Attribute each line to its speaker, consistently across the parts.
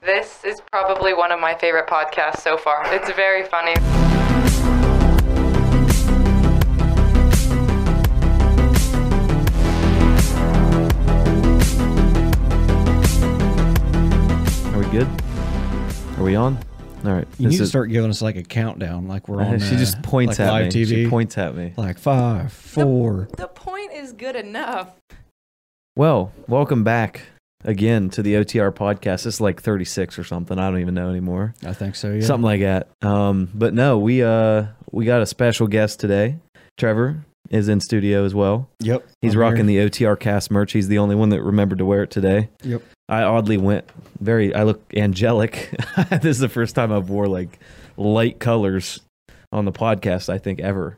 Speaker 1: This is probably one of my favorite podcasts so far. It's very funny.
Speaker 2: Are we good? Are we on? All right.
Speaker 3: You
Speaker 2: This
Speaker 3: need to
Speaker 2: is-
Speaker 3: start giving us like a countdown, like we're on.
Speaker 2: she just
Speaker 3: uh,
Speaker 2: points
Speaker 3: like
Speaker 2: at
Speaker 3: live
Speaker 2: me.
Speaker 3: TV.
Speaker 2: She points at me.
Speaker 3: like five, four.
Speaker 1: The point is good enough.
Speaker 2: Well, welcome back again to the OTR podcast. It's like 36 or something. I don't even know anymore.
Speaker 3: I think so. Yeah.
Speaker 2: Something like that. Um, but no, we uh we got a special guest today. Trevor is in studio as well.
Speaker 3: Yep.
Speaker 2: He's
Speaker 3: I'm
Speaker 2: rocking the OTR cast merch. He's the only one that remembered to wear it today.
Speaker 3: Yep.
Speaker 2: I oddly went very I look angelic. this is the first time I've wore like light colors on the podcast I think ever.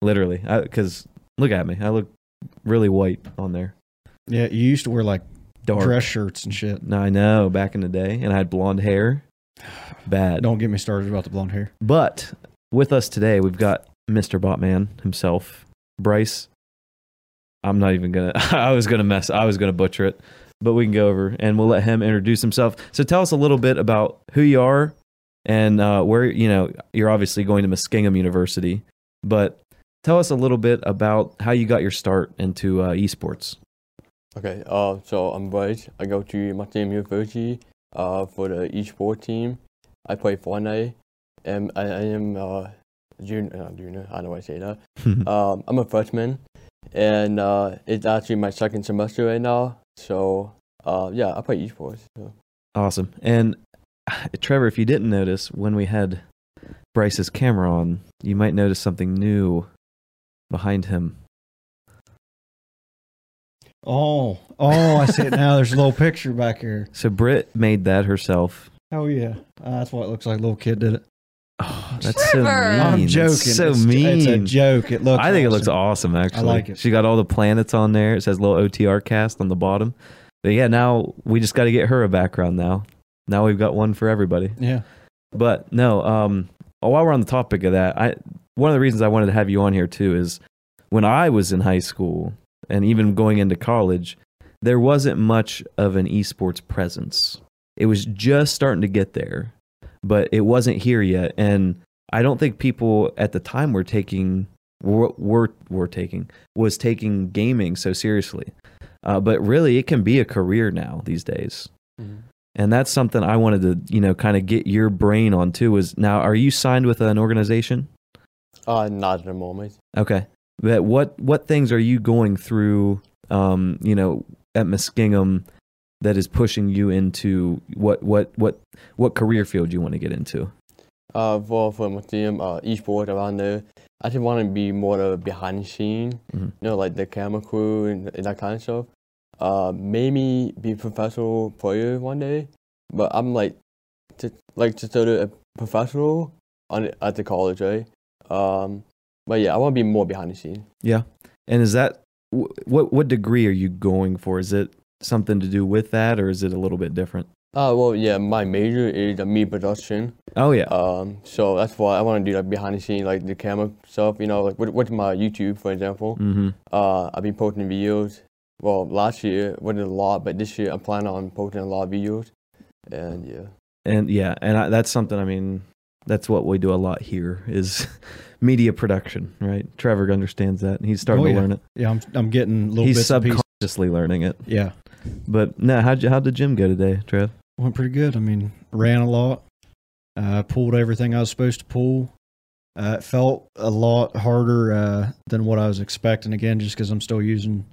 Speaker 2: Literally. Cuz look at me. I look really white on there.
Speaker 3: here. Yeah. You used to wear like
Speaker 2: Dark.
Speaker 3: dress shirts and shit.
Speaker 2: No, I know, back in the day and I had blonde hair. Bad.
Speaker 3: Don't get me started about the blonde hair.
Speaker 2: But with us today, we've got Mr. Botman himself, Bryce. I'm not even gonna. I was gonna mess. I was gonna butcher it, but we can go over and we'll let him introduce himself. So tell us a little bit about who you are and uh, where you know you're obviously going to Muskingum University, but tell us a little bit about how you got your start into uh, esports.
Speaker 4: Okay, uh, so I'm Bryce. I go to Martin University uh, for the esports team. I play Fortnite, and I, I am uh, junior, not junior, how do I say that? Um, I'm a freshman, and uh, it's actually my second semester right now. So, uh, yeah, I play esports. So.
Speaker 2: Awesome. And Trevor, if you didn't notice, when we had Bryce's camera on, you might notice something new behind him.
Speaker 3: Oh, oh, I see it now. There's a little picture back here.
Speaker 2: So Britt made that herself.
Speaker 3: Oh yeah, uh, that's what it looks like. Little kid did it.
Speaker 2: Oh, that's so mean.
Speaker 1: Trevor!
Speaker 3: I'm joking.
Speaker 2: That's so
Speaker 3: it's,
Speaker 2: mean.
Speaker 3: It's a joke. It looks.
Speaker 2: I think it looks
Speaker 3: awesome.
Speaker 2: awesome. Actually,
Speaker 3: like it.
Speaker 2: She got all the planets on there. It says little OTR cast on the bottom. But yeah, now we just got to get her a background. Now, now we've got one for everybody.
Speaker 3: Yeah.
Speaker 2: But no, um, while we're on the topic of that, I one of the reasons I wanted to have you on here too is when I was in high school and even going into college, there wasn't much of an esports presence. It was just starting to get there, but it wasn't here yet. And I don't think people at the time were taking were were, were taking was taking gaming so seriously. Uh, but really, it can be a career now these days and that's something I wanted to, you know, kind of get your brain on too. Is now, are you signed with an organization?
Speaker 4: Uh, not at the moment.
Speaker 2: Okay, but what what things are you going through, um, you know, at Muskingum that is pushing you into what what what what career field you want to get into?
Speaker 4: Uh, for for Martin, uh, esports around there, I just want to be more of behind the scene.
Speaker 2: Mhm.
Speaker 4: you know, like the camera crew and, and that kind of stuff. Uh, maybe be a professional player one day, but I'm like, to, like to sort of a professional on at the college, right? Um, but yeah, I want to be more behind the scene.
Speaker 2: And is that wh- what what degree are you going for? Is it something to do with that, or is it a little bit different?
Speaker 4: Uh, well, yeah, my major is uh, media production.
Speaker 2: Oh yeah,
Speaker 4: Um, so that's why I want to do like behind the scene, like the camera stuff. You know, like with, with my YouTube, for example.
Speaker 2: mm-hmm.
Speaker 4: Uh, I've been posting videos. Well, last year wasn't a lot, but this year I'm planning on posting a lot of videos. And yeah.
Speaker 2: and yeah, and I, that's something. I mean, that's what we do a lot here is media production, right? Trevor understands that, and he's starting
Speaker 3: Oh,
Speaker 2: to
Speaker 3: yeah.
Speaker 2: learn it.
Speaker 3: Yeah. I'm. I'm getting little
Speaker 2: he's
Speaker 3: bits and pieces.
Speaker 2: subconsciously learning it.
Speaker 3: Yeah.
Speaker 2: But no, how'd you, how'd the gym go today, Trev?
Speaker 3: went pretty good. I mean, ran a lot, uh, pulled everything I was supposed to pull. Uh, it felt a lot harder uh, than what I was expecting. Again, just because I'm still using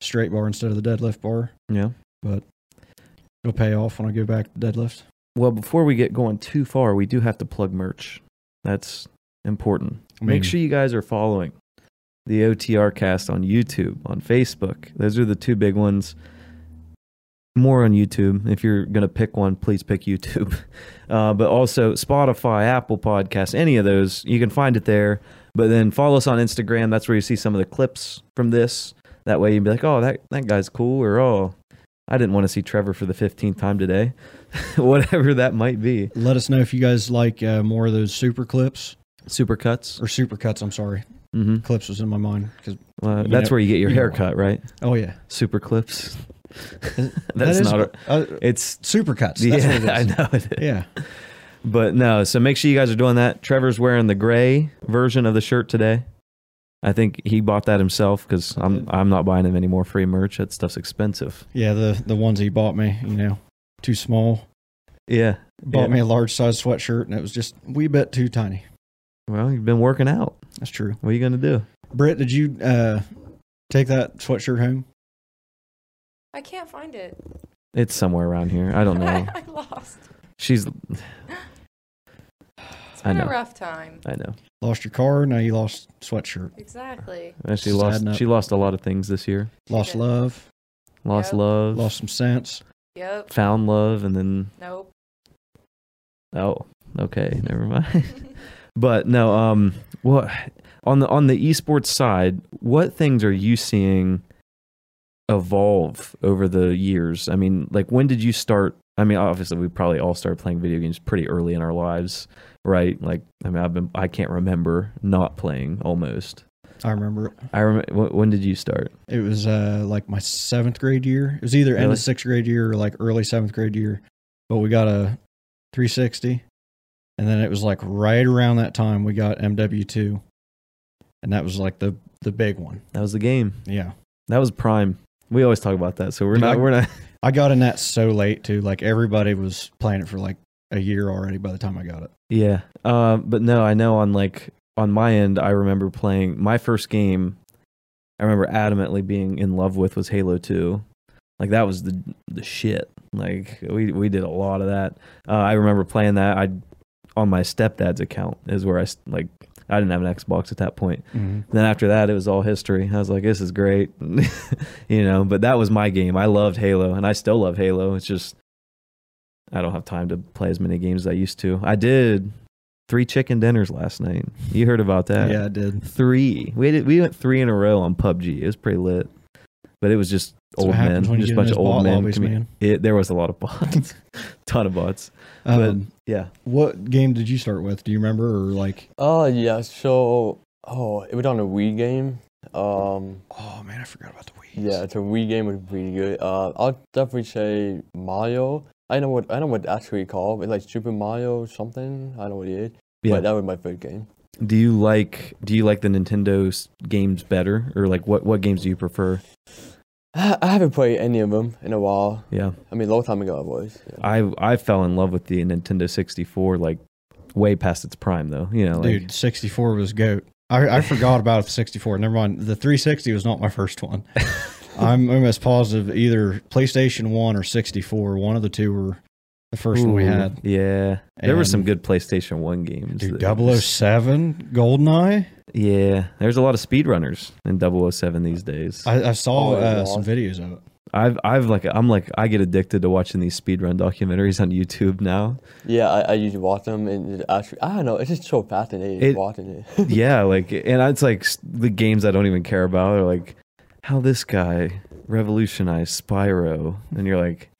Speaker 3: straight bar instead of the deadlift bar.
Speaker 2: Yeah.
Speaker 3: It'll pay off when I go back to deadlift.
Speaker 2: Well, before we get going too far, we do have to plug merch. That's important.
Speaker 3: I mean,
Speaker 2: Make sure you guys are following the OTR cast on YouTube, on Facebook. Those are the two big ones. More on YouTube. If you're going to pick one, please pick YouTube. Uh, but also Spotify, Apple Podcasts, any of those, you can find it there. But then follow us on Instagram. That's where you see some of the clips from this. That way you'd be like, oh, that, that guy's cool, or oh, I didn't want to see Trevor for the 15th time today. Whatever that might be.
Speaker 3: let us know if you guys like uh, more of those super clips
Speaker 2: Super cuts.
Speaker 3: or super cuts. I'm sorry,
Speaker 2: hmm
Speaker 3: clips was in my mind. 'cause-
Speaker 2: Well,
Speaker 3: You
Speaker 2: Uh, that's
Speaker 3: know-
Speaker 2: where you get your
Speaker 3: you know
Speaker 2: haircut, right?
Speaker 3: oh yeah,
Speaker 2: Super clips. That's
Speaker 3: That is-
Speaker 2: not. A,
Speaker 3: uh,
Speaker 2: it's
Speaker 3: supercuts. That's
Speaker 2: yeah,
Speaker 3: what it is.
Speaker 2: I know it is.
Speaker 3: Yeah.
Speaker 2: But no, so make sure you guys are doing that. Trevor's wearing the gray version of the shirt today. I think he bought that himself because I'm I'm not buying him any more free merch. That stuff's expensive.
Speaker 3: Yeah, the the ones he bought me, you know, too small.
Speaker 2: Yeah.
Speaker 3: Bought
Speaker 2: Yeah.
Speaker 3: me a large size sweatshirt and it was just a wee bit too tiny.
Speaker 2: Well, you've been working out.
Speaker 3: That's true.
Speaker 2: What are you gonna do?
Speaker 3: Britt, did you uh take that sweatshirt home?
Speaker 1: I can't find it.
Speaker 2: It's somewhere around here. I don't know.
Speaker 1: I lost.
Speaker 2: She's.
Speaker 1: It's
Speaker 2: I
Speaker 1: been a
Speaker 2: know.
Speaker 1: rough time.
Speaker 2: I know.
Speaker 3: Lost your car, now you lost sweatshirt.
Speaker 1: Exactly.
Speaker 2: And She
Speaker 3: Sad
Speaker 2: lost.
Speaker 3: note.
Speaker 2: She lost a lot of things this year.
Speaker 3: Lost
Speaker 1: did.
Speaker 3: love,
Speaker 2: Lost
Speaker 1: Yep.
Speaker 2: love.
Speaker 3: lost some sense.
Speaker 1: Yep.
Speaker 2: Found love, and then
Speaker 1: Nope.
Speaker 2: oh, okay, never mind. But no, um, well, on the on the esports side, what things are you seeing evolve over the years? I mean, like when did you start? I mean, obviously, we probably all started playing video games pretty early in our lives, right? Like, I mean, I've been I can't remember not playing almost.
Speaker 3: I remember it.
Speaker 2: I remember when did you start?
Speaker 3: It was uh like my seventh grade year. It was either end
Speaker 2: Really?
Speaker 3: of sixth grade year or like early seventh grade year. But we got a three sixty. And then it was like right around that time we got MW two. And that was like the the big one.
Speaker 2: That was the game.
Speaker 3: Yeah.
Speaker 2: That was prime. We always talk about that, so we're
Speaker 3: Dude,
Speaker 2: not
Speaker 3: I-
Speaker 2: we're not.
Speaker 3: I got in that so late too. Like everybody was playing it for like a year already by the time I got it.
Speaker 2: Yeah. Um, but no, I know on like on my end, I remember playing my first game. I remember adamantly being in love with was Halo Two. Like that was the the shit. Like we we did a lot of that. Uh, I remember playing that. I on my stepdad's account is where I s- like I didn't have an Xbox at that point. Then after that, it was all history. I was like, this is great, you know. But that was my game. I loved Halo, and I still love Halo. It's just I don't have time to play as many games as I used to. I did three chicken dinners last night. You heard about that?
Speaker 3: Yeah, I did.
Speaker 2: three. We did, we went three in a row on PUBG. It was pretty lit, but it was just
Speaker 3: That's
Speaker 2: old
Speaker 3: what
Speaker 2: men,
Speaker 3: happens when you
Speaker 2: just
Speaker 3: get
Speaker 2: a
Speaker 3: in
Speaker 2: bunch
Speaker 3: those
Speaker 2: of old
Speaker 3: bot
Speaker 2: men.
Speaker 3: lobbies,
Speaker 2: commu-
Speaker 3: man.
Speaker 2: It, there was a lot of bots, ton of bots.
Speaker 3: Um,
Speaker 2: Yeah,
Speaker 3: what game did you start with? Do you remember or like?
Speaker 4: Oh yeah, so oh, it was on a Wii game. Um,
Speaker 3: Oh man, I forgot about the Wii.
Speaker 4: yeah, it's a Wii game was pretty good. Uh, I'll definitely say Mario. I know what I know what it's actually called. It's like Super Mario something. I don't know what it is.
Speaker 2: yeah.
Speaker 4: But that was my favorite game.
Speaker 2: do you like do you like the Nintendo s- games better, or like what what games do you prefer?
Speaker 4: I I haven't played any of them in a while.
Speaker 2: Yeah.
Speaker 4: I mean, a long time ago I was. Yeah.
Speaker 2: I I fell in love with the Nintendo 64 like way past its prime though. You know, like
Speaker 3: Dude, 64 was goat. I, I forgot about the 64. Never mind. The 360 was not my first one. I'm almost positive either PlayStation 1 or 64, one of the two were the first one we
Speaker 2: ooh,
Speaker 3: had.
Speaker 2: Yeah. There were some
Speaker 3: And-
Speaker 2: good PlayStation 1 games.
Speaker 3: Dude,
Speaker 2: that were just-
Speaker 3: 007, GoldenEye.
Speaker 2: Yeah. There's a lot of speedrunners in 007 these days.
Speaker 3: I, I saw
Speaker 4: Oh,
Speaker 3: uh,
Speaker 4: yeah.
Speaker 3: some videos of it.
Speaker 2: I've I've like I'm like I get addicted to watching these speedrun documentaries on YouTube now.
Speaker 4: Yeah, I, I used to watch them and it actually, I don't know, it's just so fascinating
Speaker 2: It-
Speaker 4: watching it.
Speaker 2: yeah, like and it's like s- the games I don't even care about are like how this guy revolutionized Spyro and you're like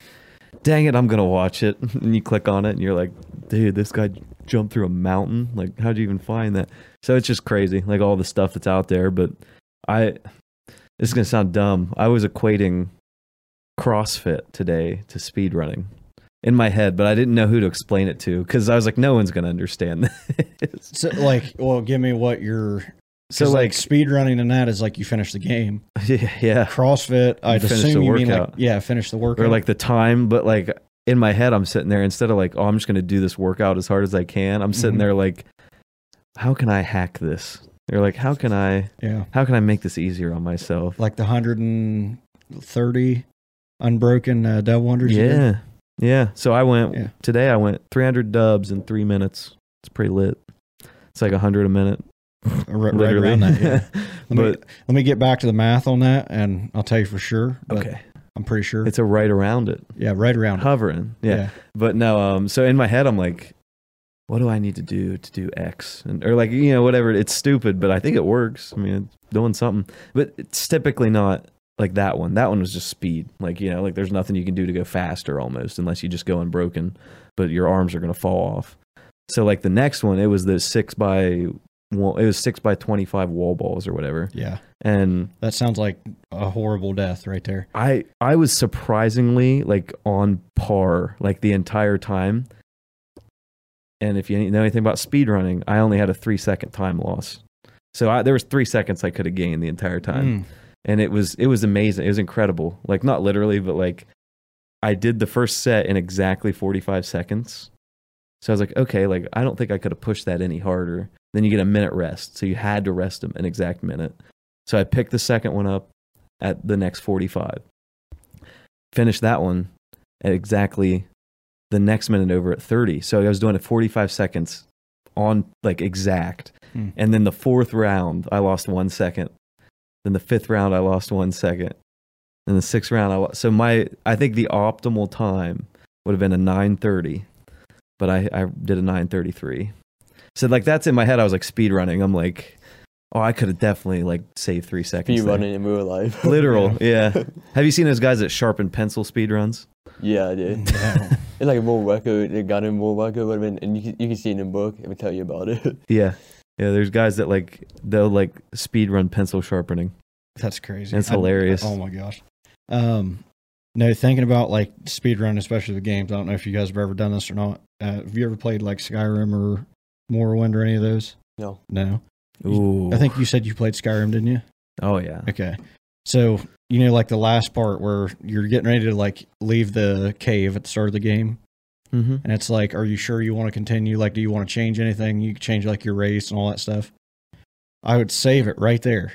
Speaker 2: dang it, I'm going to watch it and you click on it and you're like dude, this guy jumped through a mountain. Like how'd you even find that? So it's just crazy like all the stuff that's out there, but I this is going to sound dumb. I was equating CrossFit today to speedrunning in my head, but I didn't know who to explain it to cuz I was like no one's going to understand this.
Speaker 3: So, like, well, give me what your
Speaker 2: So like
Speaker 3: speed running and that is like you finish the game.
Speaker 2: Yeah, yeah.
Speaker 3: CrossFit, I'd
Speaker 2: finish
Speaker 3: assume
Speaker 2: the
Speaker 3: you mean like
Speaker 2: workout.
Speaker 3: yeah, finish the workout.
Speaker 2: Or like the time, but like in my head, I'm sitting there instead of like, oh, I'm just gonna do this workout as hard as I can. I'm sitting
Speaker 3: Mhm.
Speaker 2: there like, how can I hack this? They're like, how can I,
Speaker 3: yeah,
Speaker 2: how can I make this easier on myself?
Speaker 3: like the hundred and thirty unbroken uh, Dell wonders. you did?
Speaker 2: Yeah, yeah. So I went
Speaker 3: Yeah.
Speaker 2: today. I went 300 dubs in three minutes. It's pretty lit. It's like 100 a minute,
Speaker 3: Or right, right
Speaker 2: literally.
Speaker 3: around that. Yeah. Let me
Speaker 2: but
Speaker 3: let me get back to the math on that, and I'll tell you for sure. But
Speaker 2: okay,
Speaker 3: I'm pretty sure.
Speaker 2: it's a right around it,
Speaker 3: yeah, right around. it.
Speaker 2: hovering. yeah. but no um so in my head i'm like what do i need to do to do x and or like you know whatever it's stupid but i think it works i mean it's doing something but it's typically not like that one that one was just speed like you know like there's nothing you can do to go faster almost unless you just go unbroken but your arms are going to fall off so like the next one it was the six by wall, it was six by twenty five wall balls or whatever,
Speaker 3: Yeah.
Speaker 2: and
Speaker 3: That sounds like a horrible death right there.
Speaker 2: I I was surprisingly like on par like the entire time. And if you know anything about speed running, I only had a three second time loss. So I, there was three seconds I could have gained the entire time,
Speaker 3: Mm.
Speaker 2: and it was it was amazing. It was incredible. Like not literally, but like I did the first set in exactly forty five seconds. So I was like, okay, like I don't think I could have pushed that any harder. Then you get a minute rest, so you had to rest an exact minute. So I picked the second one up at the next 45. Finished that one at exactly the next minute over at 30. So I was doing it 45 seconds on like exact.
Speaker 3: Hmm.
Speaker 2: And then the fourth round, I lost one second. Then the fifth round, I lost one second. And the sixth round, I lost. So my, I think the optimal time would have been a 930, but I, I did a 933. So like that's in my head. I was like speed running. I'm like, oh, I could have definitely like saved three seconds.
Speaker 4: Speed
Speaker 2: there.
Speaker 4: running in real life.
Speaker 2: Literal, yeah. Have you seen those guys that sharpen pencil speed runs?
Speaker 4: yeah, I did.
Speaker 3: Yeah.
Speaker 4: It's like a world record. They got a world record, but I mean, and you can, you can see in the book. It will tell you about it.
Speaker 2: Yeah. Yeah, there's guys that like they'll like speed run pencil sharpening.
Speaker 3: That's crazy.
Speaker 2: It's
Speaker 3: I-
Speaker 2: hilarious.
Speaker 3: oh my gosh. Um, no, thinking about like speed run, especially with games. I don't know if you guys have ever done this or not. Uh, have you ever played like Skyrim or Morrowind or any of those?
Speaker 4: No.
Speaker 3: No.
Speaker 2: Ooh.
Speaker 3: I think you said you played Skyrim, didn't you?
Speaker 2: Oh yeah.
Speaker 3: Okay. So, you know, like the last part where you're getting ready to like leave the cave at the start of the game.
Speaker 2: Mm-hmm.
Speaker 3: And it's like, are you sure you want to continue? Like, do you want to change anything? You can change like your race and all that stuff. I would save it right there.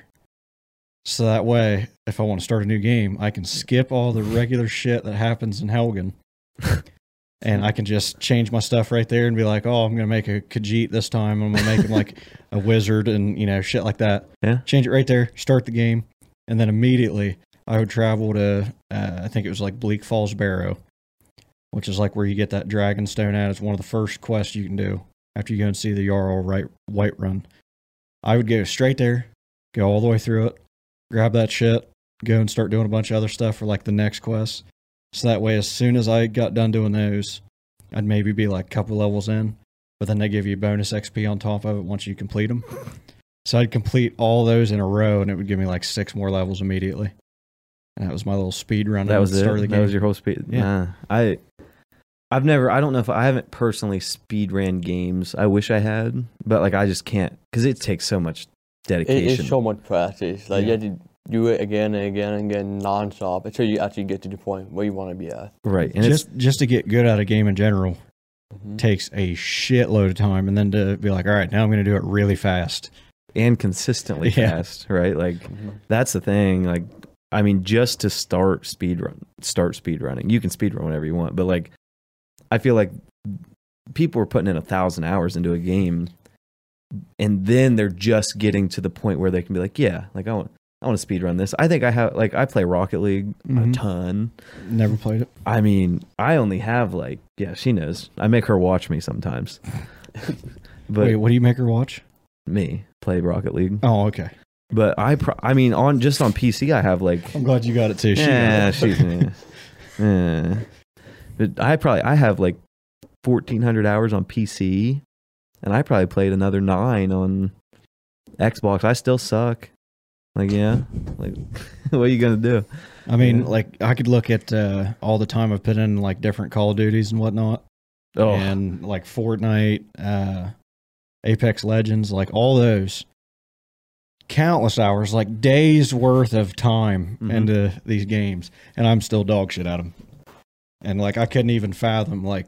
Speaker 3: So that way, if I want to start a new game, I can skip all the regular shit that happens in Helgen. and I can just change my stuff right there and be like, oh, I'm going to make a Khajiit this time. I'm going to make him like a wizard and, you know, shit like that.
Speaker 2: Yeah.
Speaker 3: Change it right there, start the game. And then immediately I would travel to, uh, I think it was like Bleak Falls Barrow which is like where you get that dragon stone at. It's one of the first quests you can do after you go and see the Jarl right white run. I would go straight there, go all the way through it, grab that shit, go and start doing a bunch of other stuff for like the next quest. So that way as soon as I got done doing those, I'd maybe be like a couple levels in, but then they give you bonus XP on top of it once you complete them. So I'd complete all those in a row and it would give me like six more levels immediately. And that was my little speed run.
Speaker 2: That
Speaker 3: at
Speaker 2: was
Speaker 3: the
Speaker 2: it.
Speaker 3: start of the
Speaker 2: That
Speaker 3: game.
Speaker 2: was your whole speed.
Speaker 3: Yeah.
Speaker 2: Nah, I I've never I don't know if I haven't personally speed ran games. I wish I had, but like I just can't cuz it takes so much
Speaker 4: It
Speaker 2: dedication.
Speaker 4: is so much practice. Like you have to do it again and again and again, non-stop, until you actually get to the point where you want to be at.
Speaker 2: right. And
Speaker 3: just just to get good at a game in general
Speaker 4: Mhm.
Speaker 3: takes a shitload of time, and then to be like, all right, now I'm going to do it really fast.
Speaker 2: it's and consistently
Speaker 3: Yeah.
Speaker 2: fast, right? Like
Speaker 4: Mhm.
Speaker 2: that's the thing like i mean just to start speed run start speed running you can speed run whenever you want but like i feel like people are putting in a thousand hours into a game and then they're just getting to the point where they can be like yeah like i want i want to speed run this i think i have like i play rocket league a
Speaker 3: Mhm.
Speaker 2: ton
Speaker 3: Never played it.
Speaker 2: i mean i only have like yeah she knows i make her watch me sometimes but
Speaker 3: Wait, what do you make her watch?
Speaker 2: me play rocket league
Speaker 3: Oh, okay.
Speaker 2: but i pro- i mean on just on pc i have like
Speaker 3: I'm glad you got it too. She
Speaker 2: yeah,
Speaker 3: got it.
Speaker 2: she's yeah. Yeah. But I probably I have like fourteen hundred hours on PC, and I probably played another nine on Xbox. I still suck. Like yeah, like what are you gonna do?
Speaker 3: I mean,
Speaker 2: Yeah.
Speaker 3: like I could look at uh, all the time I've put in like different Call of Duties and whatnot,
Speaker 2: Oh,
Speaker 3: and like Fortnite, uh, Apex Legends, like all those. Countless hours, like days worth of time
Speaker 2: Mhm.
Speaker 3: into these games, and I'm still dog shit at them. And like I couldn't even fathom like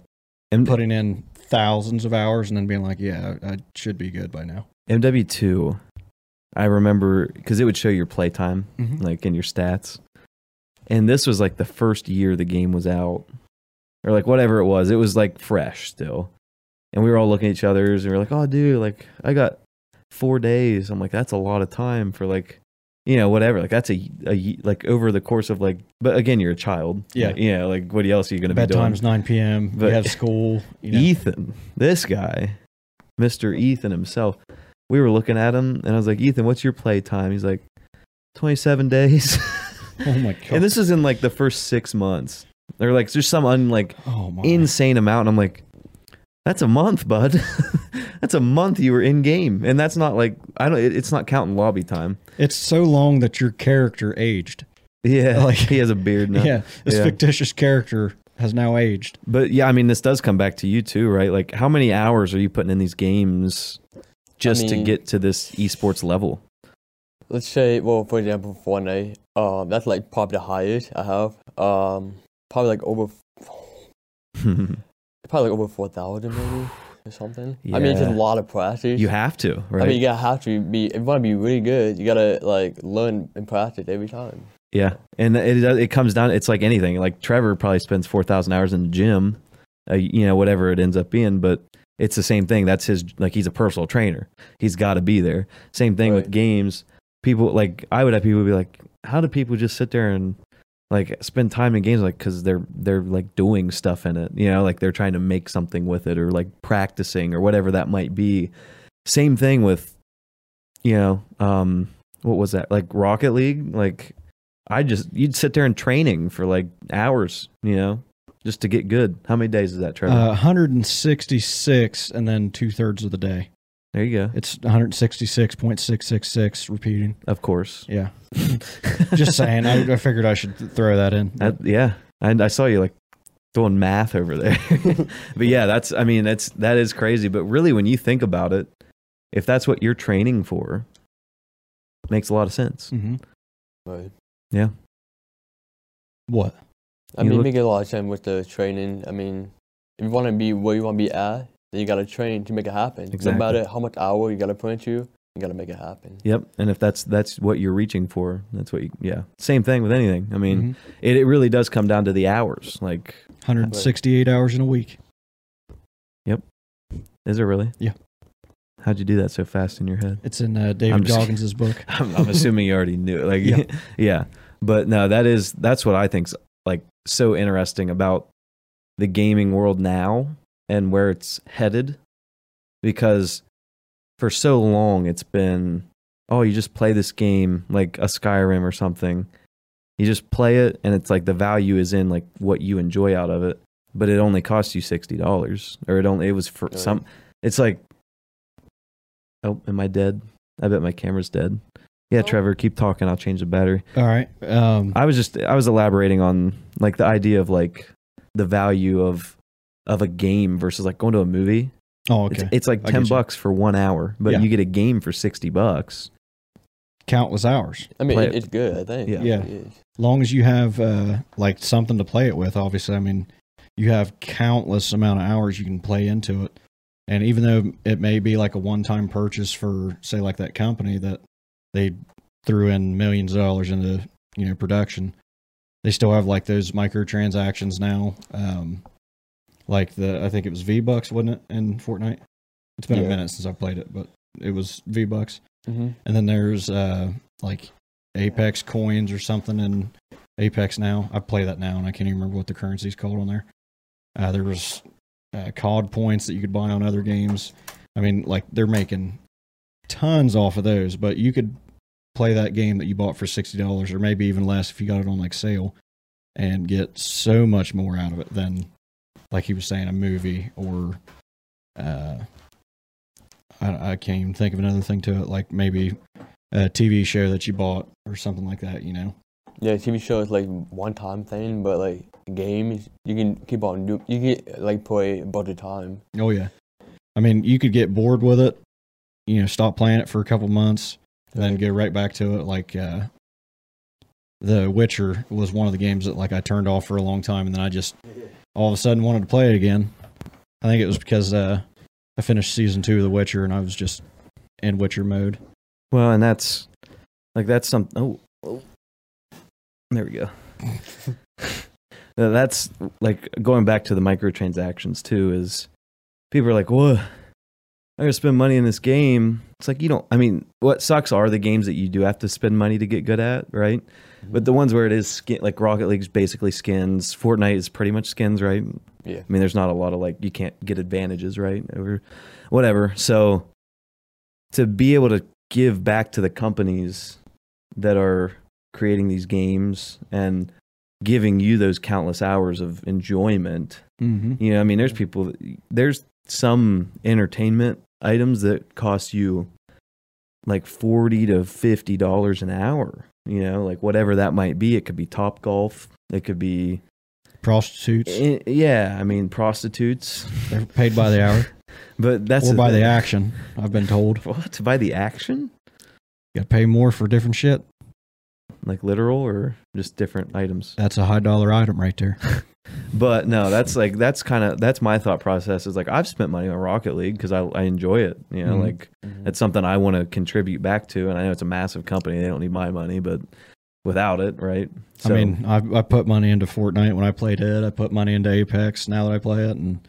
Speaker 2: M-
Speaker 3: putting in thousands of hours and then being like, yeah, I I should be good by now.
Speaker 2: MW two. I remember because it would show your playtime, like in your stats. And this was like the first year the game was out, or like whatever it was. It was like fresh still. And we were all looking at each other's and we were like, oh, dude, like I got four days. I'm like, that's a lot of time for like, you know, whatever. Like that's a, a ye- like over the course of like, but again, you're a child.
Speaker 3: Yeah.
Speaker 2: Like, you know, like what else are you going to be doing?
Speaker 3: Bedtime's 9 p.m.
Speaker 2: But-
Speaker 3: you have school. You know.
Speaker 2: Ethan, this guy, Mr. Ethan himself, we were looking at him and I was like, Ethan, what's your play time? He's like, 27 days.
Speaker 3: Oh my god.
Speaker 2: And this is in like the first six months. They're like, there's some un, like
Speaker 3: oh my.
Speaker 2: insane amount. And I'm like, that's a month, bud. that's a month you were in game, and that's not like I don't. It, it's not counting lobby time.
Speaker 3: It's so long that your character aged.
Speaker 2: Yeah, like
Speaker 3: Like-
Speaker 2: he has a beard now.
Speaker 3: Yeah, this
Speaker 2: Yeah.
Speaker 3: fictitious character has now aged.
Speaker 2: But yeah, I mean, this does come back to you too, right? Like, how many hours are you putting in these games just to
Speaker 4: mean-
Speaker 2: get to this esports level?
Speaker 4: Let's say, well, for example, Fortnite. Um, that's like probably the highest I have. Um, probably like over, probably like over four thousand maybe or something. I mean, it's just a
Speaker 2: Yeah.
Speaker 4: lot of practice.
Speaker 2: you have to, right?
Speaker 4: I mean, you gotta have to be. If you want to be really good, you gotta like learn and practice every time.
Speaker 2: yeah, and it does- it comes down. It's like anything. Like Trevor probably spends four thousand hours in the gym, uh, you know, whatever it ends up being. But it's the same thing. That's his. Like he's a personal trainer. He's got to be there. Same thing with
Speaker 4: Right.
Speaker 2: games. People like I would have people be like, how do people just sit there and like spend time in games like because they're they're like doing stuff in it you know like they're trying to make something with it or like practicing or whatever that might be same thing with you know um what was that like rocket league like i just you'd sit there in training for like hours you know just to get good how many days is that trevor
Speaker 3: Uh, 166 and then two thirds of the day.
Speaker 2: there you go
Speaker 3: It's 166.666 repeating.
Speaker 2: of course
Speaker 3: Yeah. Just saying. I, I figured I should th- throw that in.
Speaker 2: I, yeah, and I saw you like throwing math over there. but yeah, that's I mean that's that is crazy. But really, when you think about it, if that's what you're training for, makes a lot of sense.
Speaker 3: Mhm.
Speaker 4: Right.
Speaker 3: What?
Speaker 4: I
Speaker 2: You
Speaker 4: mean,
Speaker 2: look-
Speaker 4: make it a lot of time with the training. I mean, if you want to be where you want to be at, then you gotta train to make it happen. No
Speaker 2: Exactly.
Speaker 4: matter how much hour you gotta put into, you gotta make it happen.
Speaker 2: Yep, and if that's that's what you're reaching for, that's what you yeah. Same thing with anything. I mean,
Speaker 3: Mhm.
Speaker 2: it, it really does come down to the hours. Like,
Speaker 3: 168 hours in a week.
Speaker 2: is it really?
Speaker 3: Yeah.
Speaker 2: How'd you do that so fast in your head?
Speaker 3: It's in uh,
Speaker 2: I'm
Speaker 3: David
Speaker 2: just-
Speaker 3: Goggins' book.
Speaker 2: I'm, I'm assuming you already knew. it. Like, yeah.
Speaker 3: Yeah.
Speaker 2: but no, that is that's what I think's like so interesting about the gaming world now and where it's headed, because for so long it's been, oh, you just play this game like a Skyrim or something. You just play it, and it's like the value is in like what you enjoy out of it, but it only costs you sixty dollars, or it only it was for
Speaker 4: Right.
Speaker 2: some. It's like, oh, am I dead? I bet my camera's dead. Yeah,
Speaker 1: Nope.
Speaker 2: Trevor, keep talking. I'll change the battery.
Speaker 3: All right. Um,
Speaker 2: I was just I was elaborating on like the idea of like the value of of a game versus like going to a movie.
Speaker 3: oh,
Speaker 2: It's,
Speaker 3: okay.
Speaker 2: it's like
Speaker 3: I
Speaker 2: ten
Speaker 3: get you.
Speaker 2: bucks for one hour, but
Speaker 3: Yeah.
Speaker 2: you get a game for sixty bucks.
Speaker 3: Countless hours.
Speaker 4: I mean,
Speaker 2: Play
Speaker 4: it,
Speaker 2: it.
Speaker 4: it's good. I think.
Speaker 2: Yeah.
Speaker 3: Yeah.
Speaker 4: It is.
Speaker 3: long as you have uh, like something to play it with obviously i mean you have countless amount of hours you can play into it and even though it may be like a one-time purchase for say like that company that they threw in millions of dollars into you know production they still have like those microtransactions now um like the i think it was v bucks wasn't it in fortnite it's been
Speaker 4: Yeah.
Speaker 3: a minute since i played it but it was v bucks
Speaker 4: Mm-hmm.
Speaker 3: and then there's uh like Apex coins or something in Apex now. I play that now and I can't even remember what the currency's called on there. Uh there was uh, COD points that you could buy on other games. I mean, like they're making tons off of those, but you could play that game that you bought for $60 or maybe even less if you got it on like sale and get so much more out of it than like he was saying a movie or uh I, I can't even think of another thing to it like maybe a TV show that you bought or something like that, you know.
Speaker 4: Yeah, TV show is like one time thing, but like games, you can keep on do. You can like play a bunch of time.
Speaker 3: Oh yeah. I mean, you could get bored with it, you know, stop playing it for a couple months and then go right back to it like uh The Witcher was one of the games that like I turned off for a long time and then I just all of a sudden wanted to play it again. I think it was because uh I finished season 2 of The Witcher and I was just in Witcher mode.
Speaker 2: Well, and that's like that's some. Oh, oh. there we go. Now, that's like going back to the microtransactions too. Is people are like, "Whoa, I'm gonna spend money in this game." It's like you don't. I mean, what sucks are the games that you do have to spend money to get good at, right? But the ones where it is skin, like Rocket League's basically skins. Fortnite is pretty much skins, right?
Speaker 4: Yeah.
Speaker 2: I mean, there's not a lot of like you can't get advantages, right? Over whatever. So to be able to give back to the companies that are creating these games and giving you those countless hours of enjoyment.
Speaker 3: Mm-hmm.
Speaker 2: You know, I mean, there's people there's some entertainment items that cost you like 40 to 50 dollars an hour you know like whatever that might be it could be top golf it could be
Speaker 3: Prostitutes,
Speaker 2: eh, yeah i mean prostitutes
Speaker 3: they're paid by the hour
Speaker 2: but that's
Speaker 3: or by the
Speaker 2: thing.
Speaker 3: action. I've been told.
Speaker 2: what by the action
Speaker 3: You got to pay more for different shit.
Speaker 2: like literal or just different items
Speaker 3: That's a high dollar item right there.
Speaker 2: but no that's like that's kind of that's my thought process is like i've spent money on rocket league because I, I enjoy it you know
Speaker 3: Mhm.
Speaker 2: like
Speaker 4: Mhm.
Speaker 2: it's something I want to contribute back to. And I know it's a massive company; they don't need my money, but without it, right?
Speaker 3: I mean, I, I put money into Fortnite when I played it. I put money into Apex now that I play it, and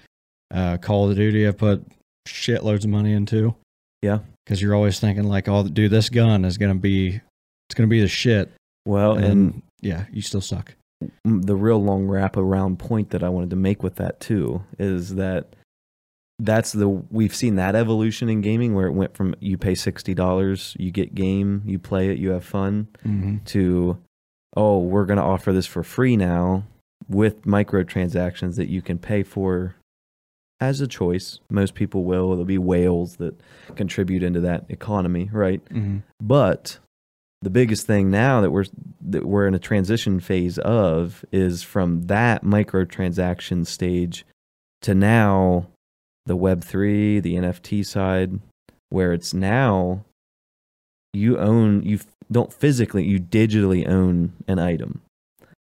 Speaker 3: uh, Call of Duty I put shitloads of money into.
Speaker 2: Yeah.
Speaker 3: because you're always thinking like, "Oh, dude, this gun is gonna be, it's gonna be the shit."
Speaker 2: well, Oh, and
Speaker 3: and yeah, you still suck.
Speaker 2: m- the real long wrap around point that I wanted to make with that too is that that's the we've seen that evolution in gaming where it went from you pay sixty dollars, you get game, you play it, you have fun,
Speaker 3: Mm-hmm.
Speaker 2: to oh, we're going to offer this for free now with microtransactions that you can pay for as a choice. Most people will. There'll be whales that contribute into that economy, right?
Speaker 3: Mm-hmm.
Speaker 2: But the biggest thing now that we're that we're in a transition phase of is from that microtransaction stage to now the web3, the NFT side where it's now you own you f- don't physically you digitally own an item.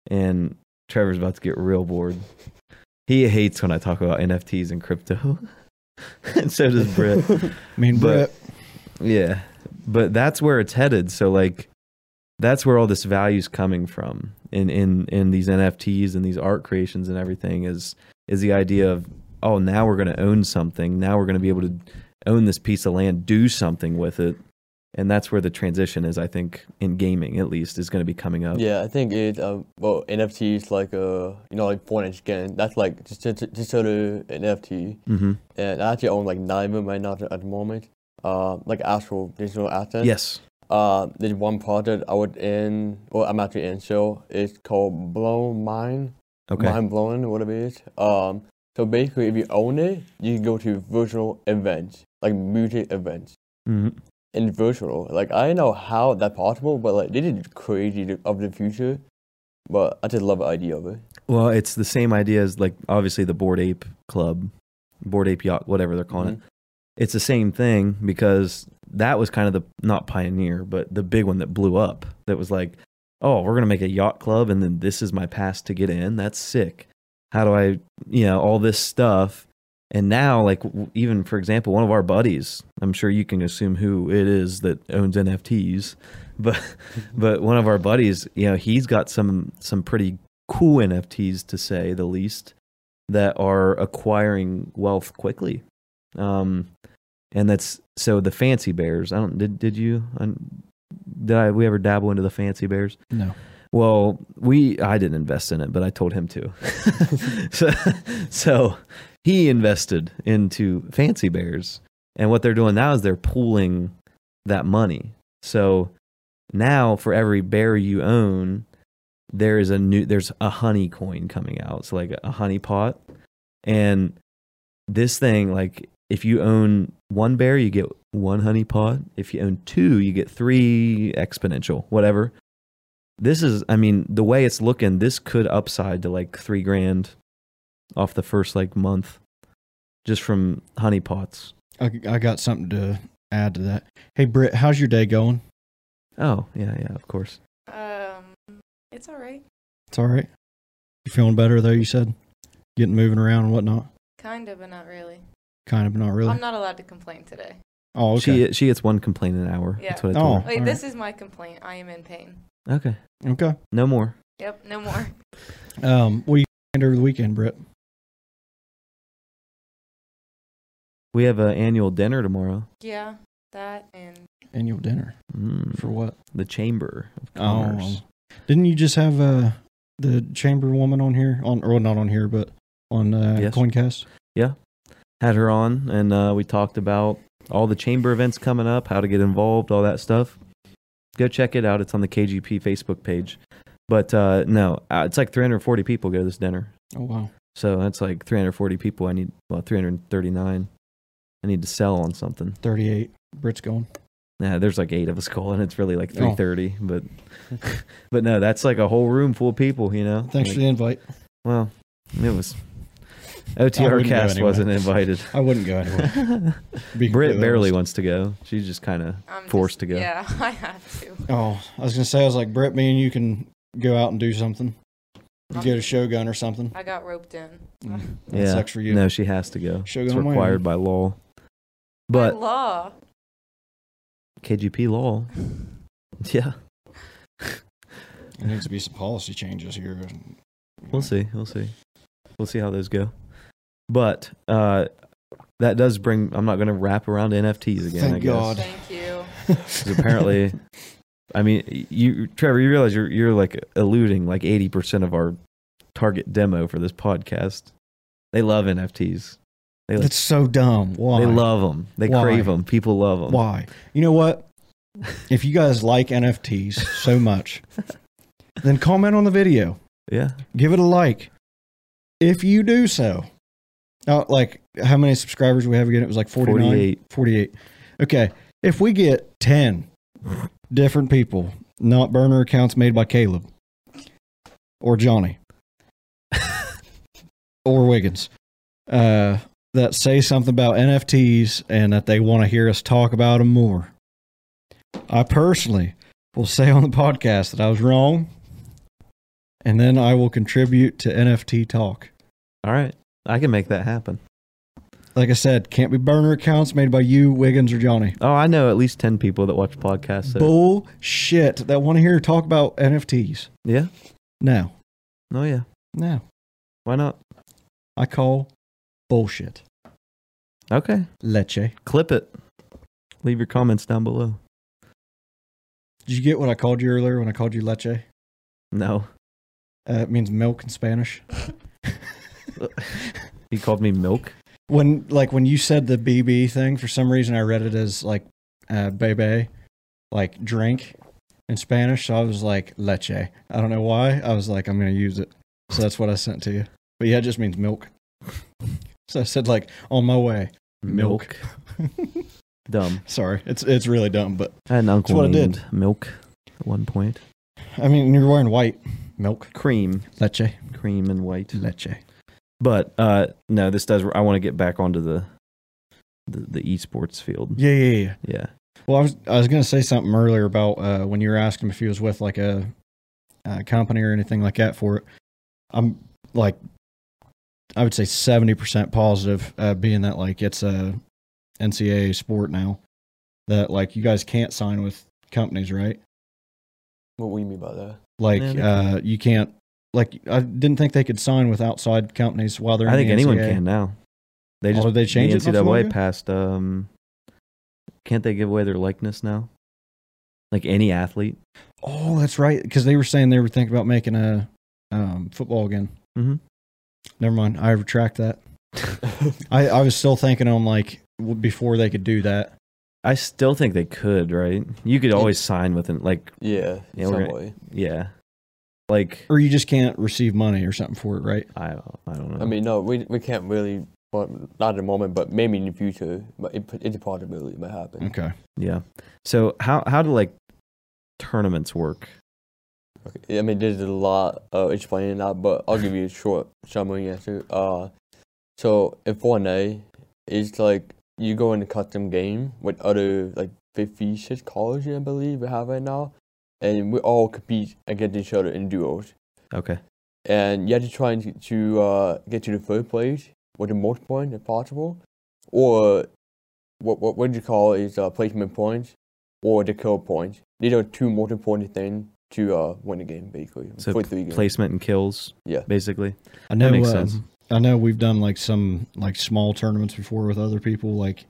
Speaker 2: And Trevor's about to get real bored. He hates when I talk about NFTs and crypto. and so does Britt.
Speaker 3: I mean,
Speaker 2: But-
Speaker 3: but
Speaker 2: Yeah. But that's where it's headed. So like that's where all this value's coming from in in in these NFTs and these art creations and everything is is the idea of oh now we're going to own something. Now we're going to be able to own this piece of land, do something with it. And that's where the transition is I think in gaming at least is going to be coming up.
Speaker 4: Yeah, I think it. Um, well, NFTs like uh, you know, like Fortnite skin. That's like just just, just sort of an NFT,
Speaker 2: Mhm.
Speaker 4: and I actually own like nine of them right now at the- at the moment. Uh, like actual digital assets.
Speaker 2: Yes.
Speaker 4: Uh, there's one project I would in, or I'm actually in. So it's called Blow Mine.
Speaker 2: Okay.
Speaker 4: Mind blowing, what it is. Um, so basically, if you own it, you can go to virtual events, like music events,
Speaker 2: Mhm.
Speaker 4: in virtual. Like I don't know how that possible, but like this is crazy to- of the future. But I just love the idea of it.
Speaker 2: Well, it's the same idea as like obviously the Board Ape Club, Board Ape Yacht, whatever they're calling
Speaker 4: Mm-hmm.
Speaker 2: it. It's the same thing because that was kind of the not pioneer, but the big one that blew up. That was like, oh, we're gonna make a yacht club, and then this is my pass to get in. That's sick. How do I, you know, all this stuff? And now, like w- even for example, one of our buddies, I'm sure you can assume who it is that owns NFTs, but but one of our buddies, you know, he's got some some pretty cool NFTs to say the least that are acquiring wealth quickly. Um, and that's so the fancy bears. I don't did did you un- did I we ever dabble into the fancy bears?
Speaker 3: no,
Speaker 2: Well, we I didn't invest in it, but I told him to. so, so he invested into Fancy Bears. And what they're doing now is they're pooling that money. So now for every bear you own, there is a new there's a honey coin coming out. It's like a honey pot. And this thing, like if you own one bear, you get one honey pot. If you own two, you get three exponential, whatever this is i mean the way it's looking this could upside to like three grand off the first like month just from honey pots
Speaker 3: I, I got something to add to that. Hey, Britt, how's your day going?
Speaker 2: oh yeah yeah of course
Speaker 1: Um, it's all right,
Speaker 3: It's all right. You feeling better though? You said getting moving around and whatnot.
Speaker 1: kind of, but not really.
Speaker 3: Kind of, but not really.
Speaker 1: I'm not allowed to complain today.
Speaker 3: oh, okay.
Speaker 2: she she gets one complaint an hour
Speaker 1: Yeah.
Speaker 2: that's what i told
Speaker 3: Oh.
Speaker 2: her
Speaker 1: Wait,
Speaker 3: All
Speaker 1: this is my complaint. I am in pain.
Speaker 3: Oh.
Speaker 2: okay
Speaker 3: okay.
Speaker 2: no more
Speaker 1: Yep, no more.
Speaker 3: Um, what do you planned over the weekend, Britt?
Speaker 2: we have an annual dinner tomorrow
Speaker 1: yeah, that and
Speaker 3: Annual dinner
Speaker 2: mm,
Speaker 3: for what?
Speaker 2: the chamber of commerce
Speaker 3: um, didn't you just have uh the chamber woman on here on or not on here, but on uh,
Speaker 2: Yes.
Speaker 3: Coincast?
Speaker 2: had her on and uh, we talked about all the chamber events coming up how to get involved all that stuff go check it out it's on the kgp facebook page but uh, no uh, it's like 340 people go to this dinner
Speaker 3: Oh wow,
Speaker 2: So that's like 340 people. I need well 339. I need to sell on something.
Speaker 3: 38. Brit's going.
Speaker 2: Yeah, there's like eight of us calling. It's really like
Speaker 3: Oh.
Speaker 2: 330, but but no, that's like a whole room full of people. You know.
Speaker 3: Thanks for
Speaker 2: Like,
Speaker 3: the invite.
Speaker 2: well, it was
Speaker 3: I wouldn't
Speaker 2: OTR
Speaker 3: go
Speaker 2: cast
Speaker 3: anyway.
Speaker 2: wasn't invited.
Speaker 3: I wouldn't go anywhere. to be
Speaker 2: Britt
Speaker 3: completely
Speaker 2: barely
Speaker 3: honest.
Speaker 2: wants to go. She's just kind of
Speaker 1: I'm just-
Speaker 2: forced to go.
Speaker 1: Yeah, I have to.
Speaker 3: Oh, I was going to say, I was like, Britt, me and you can go out and do something. You go to Shogun or something.
Speaker 1: I got roped in.
Speaker 3: Mm. That
Speaker 2: Yeah.
Speaker 3: sucks for you.
Speaker 2: No, she has to go.
Speaker 3: Should
Speaker 2: it's
Speaker 3: go on my
Speaker 2: required
Speaker 3: own.
Speaker 2: by law.
Speaker 1: By
Speaker 2: But
Speaker 1: law.
Speaker 2: KGP law. Yeah,
Speaker 3: There needs to be some policy changes here.
Speaker 2: we'll see. We'll see. We'll see how those go. But uh, that does bring. I'm not going to wrap around NFTs again.
Speaker 3: Thank
Speaker 2: I guess.
Speaker 3: God.
Speaker 1: Thank you.
Speaker 2: 'Cause apparently, I mean, you, Trevor, you realize you're you're like eluding like 80 percent of our target demo for this podcast. They love NFTs. They like,
Speaker 3: That's so dumb. Why?
Speaker 2: they love them. They
Speaker 3: Why?
Speaker 2: crave them. People love them.
Speaker 3: Why? You know what? If you guys like NFTs so much, then comment on the video.
Speaker 2: Yeah.
Speaker 3: Give it a like. If you do so. Now, like, how many subscribers we have again? It was like 49?
Speaker 2: 48.
Speaker 3: 48. Okay. If we get 10 different people, not burner accounts made by Caleb or Johnny or Wiggins, uh, that say something about NFTs and that they want to hear us talk about them more, I personally will say on the podcast that I was wrong. And then I will contribute to NFT talk.
Speaker 2: All right. I can make that happen.
Speaker 3: Like I said, can't be burner accounts made by you, Wiggins, or Johnny.
Speaker 2: Oh, I know at least 10 people that watch podcasts. that-
Speaker 3: bullshit that want to hear talk about NFTs.
Speaker 2: yeah.
Speaker 3: No,
Speaker 2: Oh, yeah.
Speaker 3: no,
Speaker 2: Why not?
Speaker 3: I call bullshit.
Speaker 2: Okay.
Speaker 3: Leche.
Speaker 2: Clip it. Leave your comments down below.
Speaker 3: Did you get what I called you earlier when I called you leche? Uh,
Speaker 2: No.
Speaker 3: it means milk in Spanish.
Speaker 2: You called me milk.
Speaker 3: When like when you said the BB thing, for some reason I read it as like uh, bebe, like drink in Spanish. So I was like leche. I don't know why. I was like I'm gonna use it. So that's what I sent to you. But yeah, it just means milk. So I said like on my way. Milk.
Speaker 2: Dumb.
Speaker 3: Sorry, it's it's really dumb, but
Speaker 2: I had an uncle
Speaker 3: what I
Speaker 2: named Milk at one point.
Speaker 3: I mean, you're wearing white milk.
Speaker 2: Cream.
Speaker 3: Leche.
Speaker 2: Cream and white.
Speaker 3: Leche.
Speaker 2: But uh no, this does. I want to get back onto the the, the esports field.
Speaker 3: Yeah, yeah, yeah.
Speaker 2: Yeah.
Speaker 3: Well, I was I was gonna say something earlier about uh, when you were asking if he was with like a, a company or anything like that for it. I'm like, I would say seventy percent positive, uh, being that like it's a NCAA sport now that like you guys can't sign with companies, right?
Speaker 4: What we mean by that?
Speaker 3: Like
Speaker 2: Yeah, they
Speaker 3: uh, you can't. Like I didn't think they could sign with outside companies while they're.
Speaker 2: I
Speaker 3: in
Speaker 2: think
Speaker 3: the
Speaker 2: anyone
Speaker 3: NCAA.
Speaker 2: can now. They
Speaker 3: Oh,
Speaker 2: just
Speaker 3: did they change it not
Speaker 2: the
Speaker 3: too long
Speaker 2: NCAA
Speaker 3: ago?
Speaker 2: passed. Um, can't they give away their likeness now? Like any athlete.
Speaker 3: Oh, that's right. Because they were saying they were thinking about making a um, football again.
Speaker 2: Mhm.
Speaker 3: Never mind. I retract that. I, I was still thinking on like w- before they could do that.
Speaker 2: I still think they could, right? You could always sign with an like,
Speaker 4: yeah,
Speaker 2: Yeah,
Speaker 4: some
Speaker 2: we're gonna-
Speaker 4: way.
Speaker 2: yeah, like
Speaker 3: Or you just can't receive money or something for it, right?
Speaker 2: I, don't- I don't know.
Speaker 4: I mean, no, we we can't really, but not at the moment, but maybe in the future. But it, it's a possibility it might happen.
Speaker 3: Okay.
Speaker 2: yeah. So how how do like tournaments work?
Speaker 4: Okay, I mean, there's a lot of explaining that, but I'll give you a short summary answer. Uh, so in Fortnite, it's like you go in a custom game with other like 56 colleges, I believe we have right now, and we all compete against each other in duos.
Speaker 2: Okay,
Speaker 4: And you have to try and get to uh, get to the third place with the most points if possible, or what what what do you call it is uh, placement points or the kill points. These are two most important things to uh, win the game basically.
Speaker 2: so
Speaker 4: for
Speaker 2: p-
Speaker 4: three games.
Speaker 2: placement and kills,
Speaker 4: Yeah.
Speaker 2: basically.
Speaker 3: I know.
Speaker 2: makes
Speaker 3: uh,
Speaker 2: sense.
Speaker 3: I know we've done like some like small tournaments before with other people, like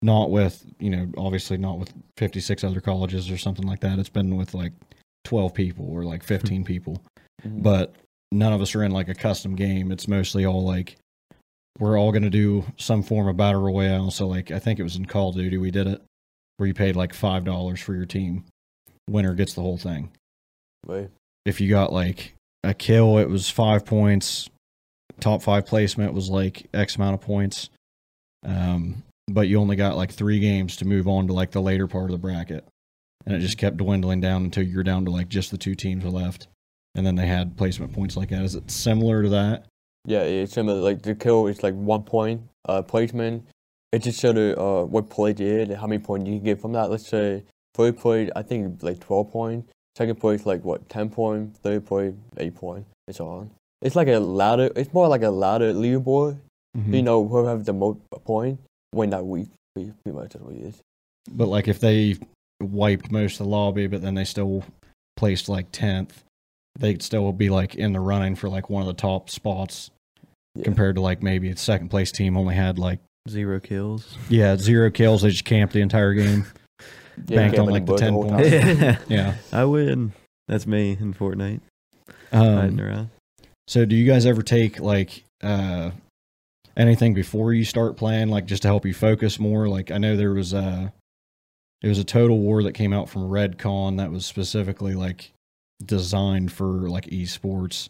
Speaker 3: not with you know obviously not with fifty six other colleges or something like that. It's been with like twelve people or like
Speaker 2: Hmm.
Speaker 3: fifteen people.
Speaker 4: Mhm.
Speaker 3: but none of us are in like a custom game. It's mostly all like we're all going to do some form of battle royale. So like I think it was in Call of Duty we did it where you paid like five dollars for your team. Winner gets the whole thing.
Speaker 4: Right.
Speaker 3: If you got like a kill, it was five points. top five placement was like X amount of points. Um, but you only got like three games to move on to like the later part of the bracket. And it just kept dwindling down until you were down to like just the two teams were left. And then they had placement points like that. Is it similar to that?
Speaker 4: Yeah, it's similar. Like the kill is like one point uh, placement. It just sort of uh, what play did, how many points you can get from that. Let's say first play, I think like twelve points. Second place, like what ten point. Third play, eight point. and so on. It's like a ladder. It's more like a ladder leaderboard.
Speaker 3: Hmm.
Speaker 4: You know, whoever has the most point win that week. Pretty pretty much that's what it is.
Speaker 3: But like if they wiped most of the lobby, but then they still placed like 10th, they'd still be like in the running for like one of the top spots
Speaker 4: Yeah.
Speaker 3: compared to like maybe a second place team only had like,
Speaker 2: Zero kills.
Speaker 3: yeah, zero kills. They just camped the entire game.
Speaker 4: Yeah,
Speaker 3: banked
Speaker 4: gambling
Speaker 3: on, like, the
Speaker 4: board
Speaker 3: 10
Speaker 4: whole
Speaker 3: points.
Speaker 4: time.
Speaker 2: Yeah.
Speaker 3: Yeah.
Speaker 2: I win. That's me in Fortnite.
Speaker 3: Um,
Speaker 2: Hiding around.
Speaker 3: So do you guys ever take like uh anything before you start playing like just to help you focus more? Like I know there was a it was a Total War that came out from Redcon that was specifically like designed for like esports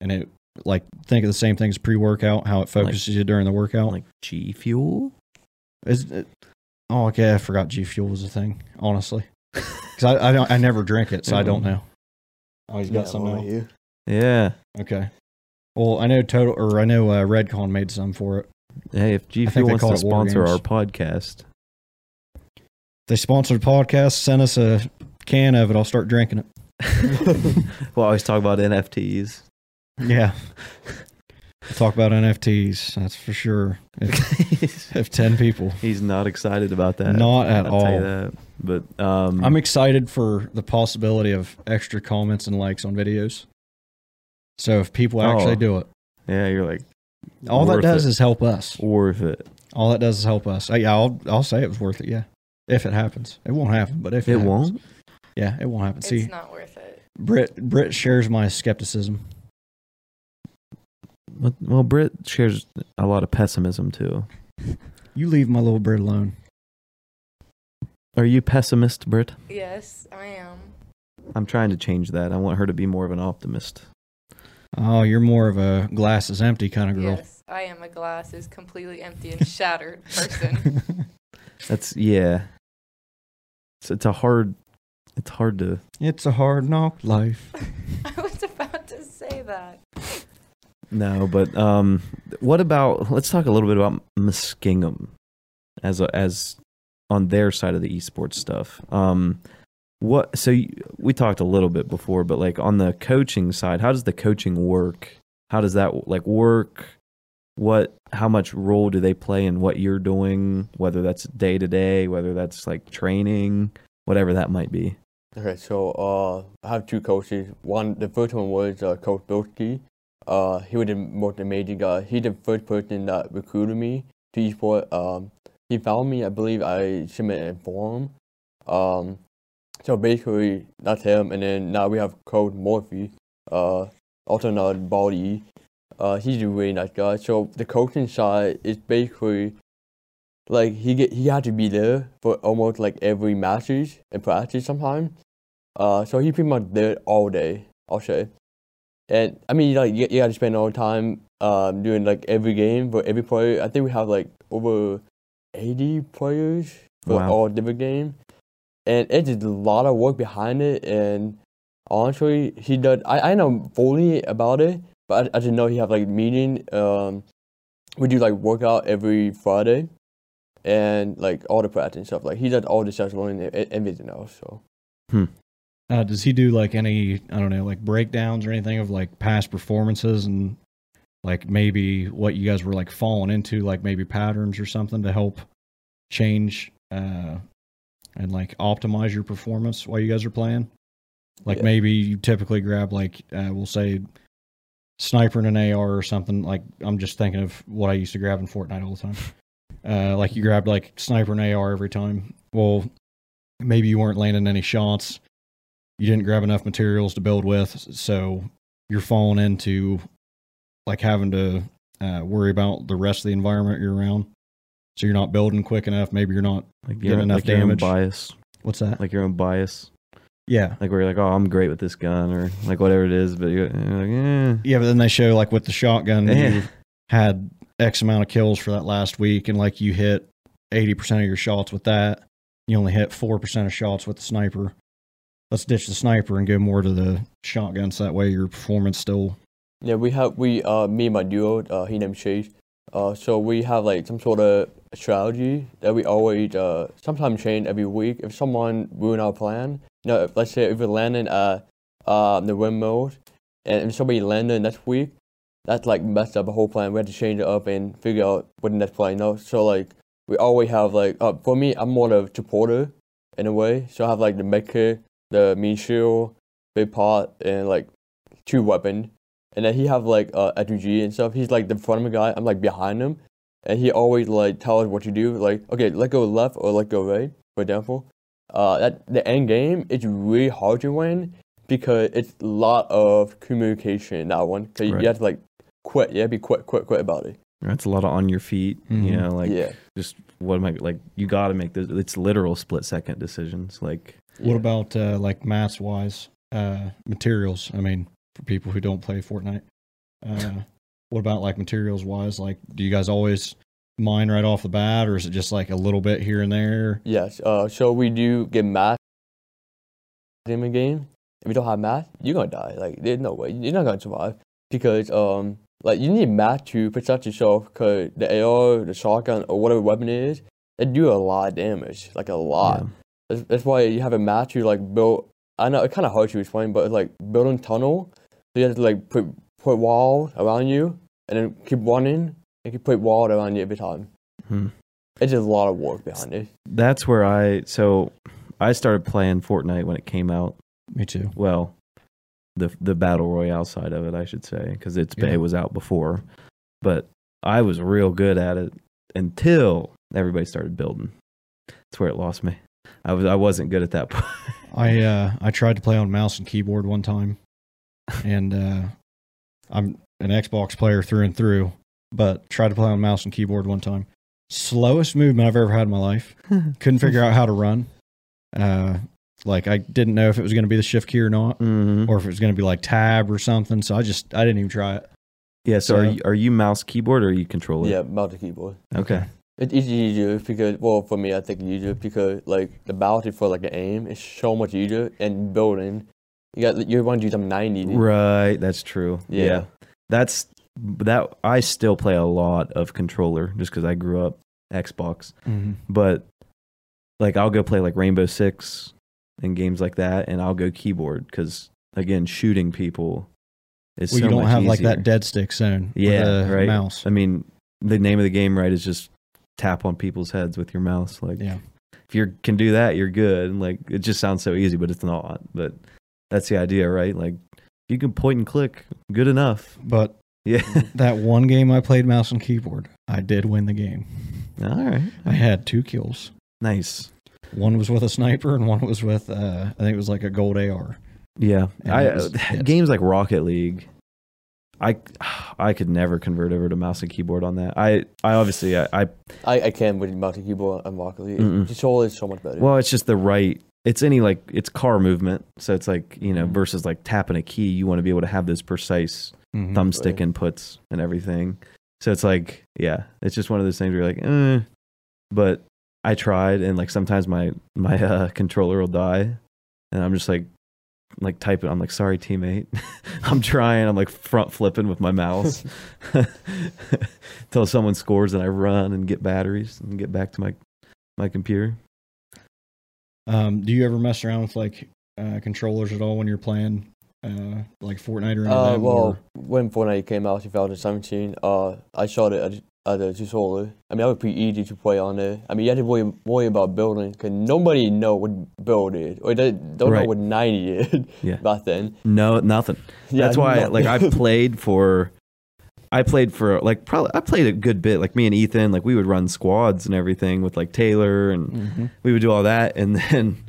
Speaker 3: and it like think of the same things pre-workout how it focuses you during the workout.
Speaker 2: Like G Fuel.
Speaker 3: Is it, oh okay, I forgot G Fuel was a thing, honestly. Cuz I I, don't, I never drink it, so I
Speaker 2: Mm-hmm.
Speaker 3: don't know. Oh, he's got
Speaker 4: Yeah,
Speaker 3: some
Speaker 4: I'm
Speaker 3: now.
Speaker 4: over here.
Speaker 2: Yeah.
Speaker 3: Okay. Well, I know Total or I know uh, Redcon made some for it.
Speaker 2: Hey, if G
Speaker 3: think
Speaker 2: Fuel
Speaker 3: they
Speaker 2: wants
Speaker 3: call
Speaker 2: to
Speaker 3: it war
Speaker 2: sponsor our
Speaker 3: games.
Speaker 2: podcast,
Speaker 3: They sponsored the podcast, sent us a can of it. I'll start drinking it.
Speaker 2: we'll always talk about NFTs.
Speaker 3: Yeah. Talk about NFTs, that's for sure. If, if 10 people.
Speaker 2: He's not excited about that.
Speaker 3: Not at
Speaker 2: I'll Tell you
Speaker 3: all.
Speaker 2: that. But um,
Speaker 3: I'm excited for the possibility of extra comments and likes on videos. So if people
Speaker 2: Oh.
Speaker 3: actually do it,
Speaker 2: yeah, you're like
Speaker 3: all
Speaker 2: Worth
Speaker 3: that does
Speaker 2: it.
Speaker 3: is help us.
Speaker 2: worth it.
Speaker 3: All that does is help us. Uh, yeah, I'll, I'll say it was worth it. Yeah. If it happens, it won't happen, but if it,
Speaker 2: It
Speaker 3: happens-
Speaker 2: won't.
Speaker 3: Yeah, it won't happen. See,
Speaker 1: It's not worth it.
Speaker 3: Brit, Brit shares my skepticism.
Speaker 2: But- Well, Britt shares a lot of pessimism too.
Speaker 3: You leave my little Brit alone.
Speaker 2: Are you pessimist, Britt?
Speaker 1: Yes, I am.
Speaker 2: I'm trying to change that. I want her to be more of an optimist.
Speaker 3: Oh, you're more of a glass is empty kind of girl.
Speaker 1: Yes, I am a glass is completely empty and shattered person.
Speaker 2: That's yeah. It's, it's a hard. It's hard to.
Speaker 3: it's a hard knock life.
Speaker 1: I was about to say that.
Speaker 2: No, but um, what about? Let's talk a little bit about Muskingum, as a, as on their side of the esports stuff. Um, what? So you, we talked a little bit before, but like on the coaching side, how does the coaching work? How does that like work? What? How much role do they play in what you're doing? Whether that's day to day, whether that's like training, whatever that might be.
Speaker 4: Okay, so uh, I have two coaches. One, the first one was uh, Coach Bilski. Uh, he was the most amazing guy. He's the first person that recruited me to esports. Um, he found me. I believe I submitted a form. Um, so basically, that's him. And then now we have Coach Morphy, uh, also known as Baldy. Uh, he's a really nice guy. So the coaching side is basically like he get he had to be there for almost like every matches and practice sometimes. Uh, so he pretty much did all day, I'll say. And I mean, like you, you got to spend all the time um doing like every game for every player. I think we have like over eighty players for
Speaker 2: Wow.
Speaker 4: all different game, and it's just a lot of work behind it. And honestly, he does. I I know fully about it, but I, I just know he have like meeting. Um, we do like workout every Friday, and like all the practice and stuff. Like he does all the scheduling and e- everything else. So.
Speaker 3: Uh, does he do like any, I don't know, like breakdowns or anything of like past performances and like maybe what you guys were like falling into, like maybe patterns or something to help change uh, and like optimize your performance while you guys are playing? Like
Speaker 4: Yeah.
Speaker 3: maybe you typically grab like, uh, we'll say, sniper and an AR or something. Like I'm just thinking of what I used to grab in Fortnite all the time. Uh, like you grabbed like sniper and AR every time. Well, maybe you weren't landing any shots. You didn't grab enough materials to build with, so you're falling into like having to uh, worry about the rest of the environment you're around. So you're not building quick enough. Maybe you're not.
Speaker 2: Like
Speaker 3: Get
Speaker 2: your,
Speaker 3: enough
Speaker 2: like your own
Speaker 3: damage.
Speaker 2: bias,
Speaker 3: What's that?
Speaker 2: like your own bias.
Speaker 3: Yeah.
Speaker 2: Like we're like, oh, I'm great with this gun or like whatever it is. But you're, you're like, eh.
Speaker 3: Yeah, but then they show like with the shotgun
Speaker 2: Yeah.
Speaker 3: you had X amount of kills for that last week and like you hit eighty percent of your shots with that. You only hit four percent of shots with the sniper. Let's ditch the sniper and go more to the shotgun so that way your performance still
Speaker 4: Yeah, we have we uh me and my duo, uh he named Chase. Uh so we have like some sort of strategy that we always uh sometimes change every week. If someone ruin our plan, no, if- let's say if we're landing at uh the windmills and if somebody landed next week, that's like messed up the whole plan. We had to change it up and figure out what the next plan, you know. So like we always have like uh for me I'm more of a supporter in a way. So I have like the medkit, the mean shield, big pot and like two weapon and then he have like uh FUG and stuff. He's like the front of the guy. I'm like behind him, and he always like tell us what to do. Like okay, let go left or let go right. For example, uh, that the end game it's really hard to win because it's a lot of communication. in That one, so you,
Speaker 2: Right.
Speaker 4: you have to like quit. You have to be quick, quick, quick about it.
Speaker 2: That's a lot of on your feet. You
Speaker 3: Mhm.
Speaker 2: know, like
Speaker 4: yeah.
Speaker 2: just what am I like? You got to make this. It's literal split second decisions. Like
Speaker 4: yeah.
Speaker 3: What about uh, like mass wise uh, materials? I mean, for people who don't play Fortnite, uh, what about like materials wise? Like, do you guys always mine right off the bat, or is it just like a little bit here and there?
Speaker 4: Yes. Uh, so we do get math in the game. If you don't have math, you're gonna die. Like there's no way you're not gonna survive because um like you need math to protect yourself because the AR, the shotgun, or whatever weapon it is, they do a lot of damage. Like a lot.
Speaker 2: yeah.
Speaker 4: That's, that's why you have a math to like build. I know it's kind of hard to explain, but it's like building tunnel. So you have to like put put walls around you and then keep running and keep put walls around you every time.
Speaker 2: Hmm.
Speaker 4: It's just a lot of work behind it.
Speaker 2: that's where I. So I started playing Fortnite when it came out.
Speaker 3: Me too.
Speaker 2: well the the battle royale side of it i should say because its
Speaker 3: Yeah.
Speaker 2: bay was out before but i was real good at it until everybody started building that's where it lost me i was i wasn't good at that point
Speaker 3: I uh, I tried to play on mouse and keyboard one time, and uh, I'm an Xbox player through and through, but tried to play on mouse and keyboard one time. Slowest movement I've ever had in my life. Couldn't figure out how to run. Uh, like I didn't know if it was going to be the shift key or not.
Speaker 2: Mhm.
Speaker 3: or if it was going to be like tab or something. So I just I didn't even try it.
Speaker 2: yeah so are
Speaker 3: so-
Speaker 2: you, are you mouse keyboard or are you controller
Speaker 4: Yeah, mouse and keyboard.
Speaker 2: okay
Speaker 4: It's easy easier because well for me I think it's easier because like the bounty for like the aim is so much easier and building you got you want to do some ninety.
Speaker 2: right that's true
Speaker 4: Mm-hmm. Yeah.
Speaker 2: that's that i still play a lot of controller just because i grew up xbox but like I'll go play like Rainbow Six and games like that, and I'll go keyboard because again, shooting people is
Speaker 3: Well,
Speaker 2: so
Speaker 3: you don't
Speaker 2: much
Speaker 3: have like that
Speaker 2: easier.
Speaker 3: dead stick zone.
Speaker 2: yeah,
Speaker 3: with the
Speaker 2: right.
Speaker 3: Mouse.
Speaker 2: I mean, the name of the game, right, is just tap on people's heads with your mouse. Like,
Speaker 3: Yeah.
Speaker 2: if you can do that, you're good. And like, it just sounds so easy, but it's not. But that's the idea, right? Like, if you can point and click, good enough.
Speaker 3: But
Speaker 2: Yeah.
Speaker 3: that one game I played mouse and keyboard, I did win the game.
Speaker 2: All right.
Speaker 3: I had two kills.
Speaker 2: Nice.
Speaker 3: One was with a sniper, and one was with uh, I think it was like a gold AR.
Speaker 2: Yeah,
Speaker 3: And
Speaker 2: I, uh,
Speaker 3: it was- yeah.
Speaker 2: games like Rocket League, I I could never convert over to mouse and keyboard on that. I I obviously I, I
Speaker 4: I, I can with mouse and keyboard and Rocket League.
Speaker 2: Mm-mm.
Speaker 4: Control is so much better.
Speaker 2: well, it's just the right. It's any like it's car movement, so it's like you know versus like tapping a key. You want to be able to have those precise
Speaker 4: Mm-hmm.
Speaker 3: Mm-hmm.
Speaker 2: thumbstick
Speaker 4: Right.
Speaker 2: inputs and everything. So it's like yeah, it's just one of those things where you're like, eh. but I tried and like sometimes my my uh, controller will die, and I'm just like like typing. I'm like, sorry, teammate. I'm trying. I'm like front flipping with my mouse until someone scores and I run and get batteries and get back to my my computer.
Speaker 3: Um, do you ever mess around with like uh, controllers at all when you're playing uh, like Fortnite or anything?
Speaker 4: uh, well
Speaker 3: or-
Speaker 4: when Fortnite came out in 2017, uh, I shot it at, at a tutorial. I mean, I was pretty easy to play on there. I mean, you had to worry, worry about building because nobody know what build is or they don't
Speaker 2: Right.
Speaker 4: know what 90 is
Speaker 2: Yeah.
Speaker 4: back then.
Speaker 2: No, nothing. Uh,
Speaker 4: Yeah,
Speaker 2: That's why,
Speaker 4: no-
Speaker 2: like, I played for, I played for like probably I played a good bit. Like me and Ethan, like we would run squads and everything with like Taylor and
Speaker 4: mm-hmm.
Speaker 2: we would do all that and then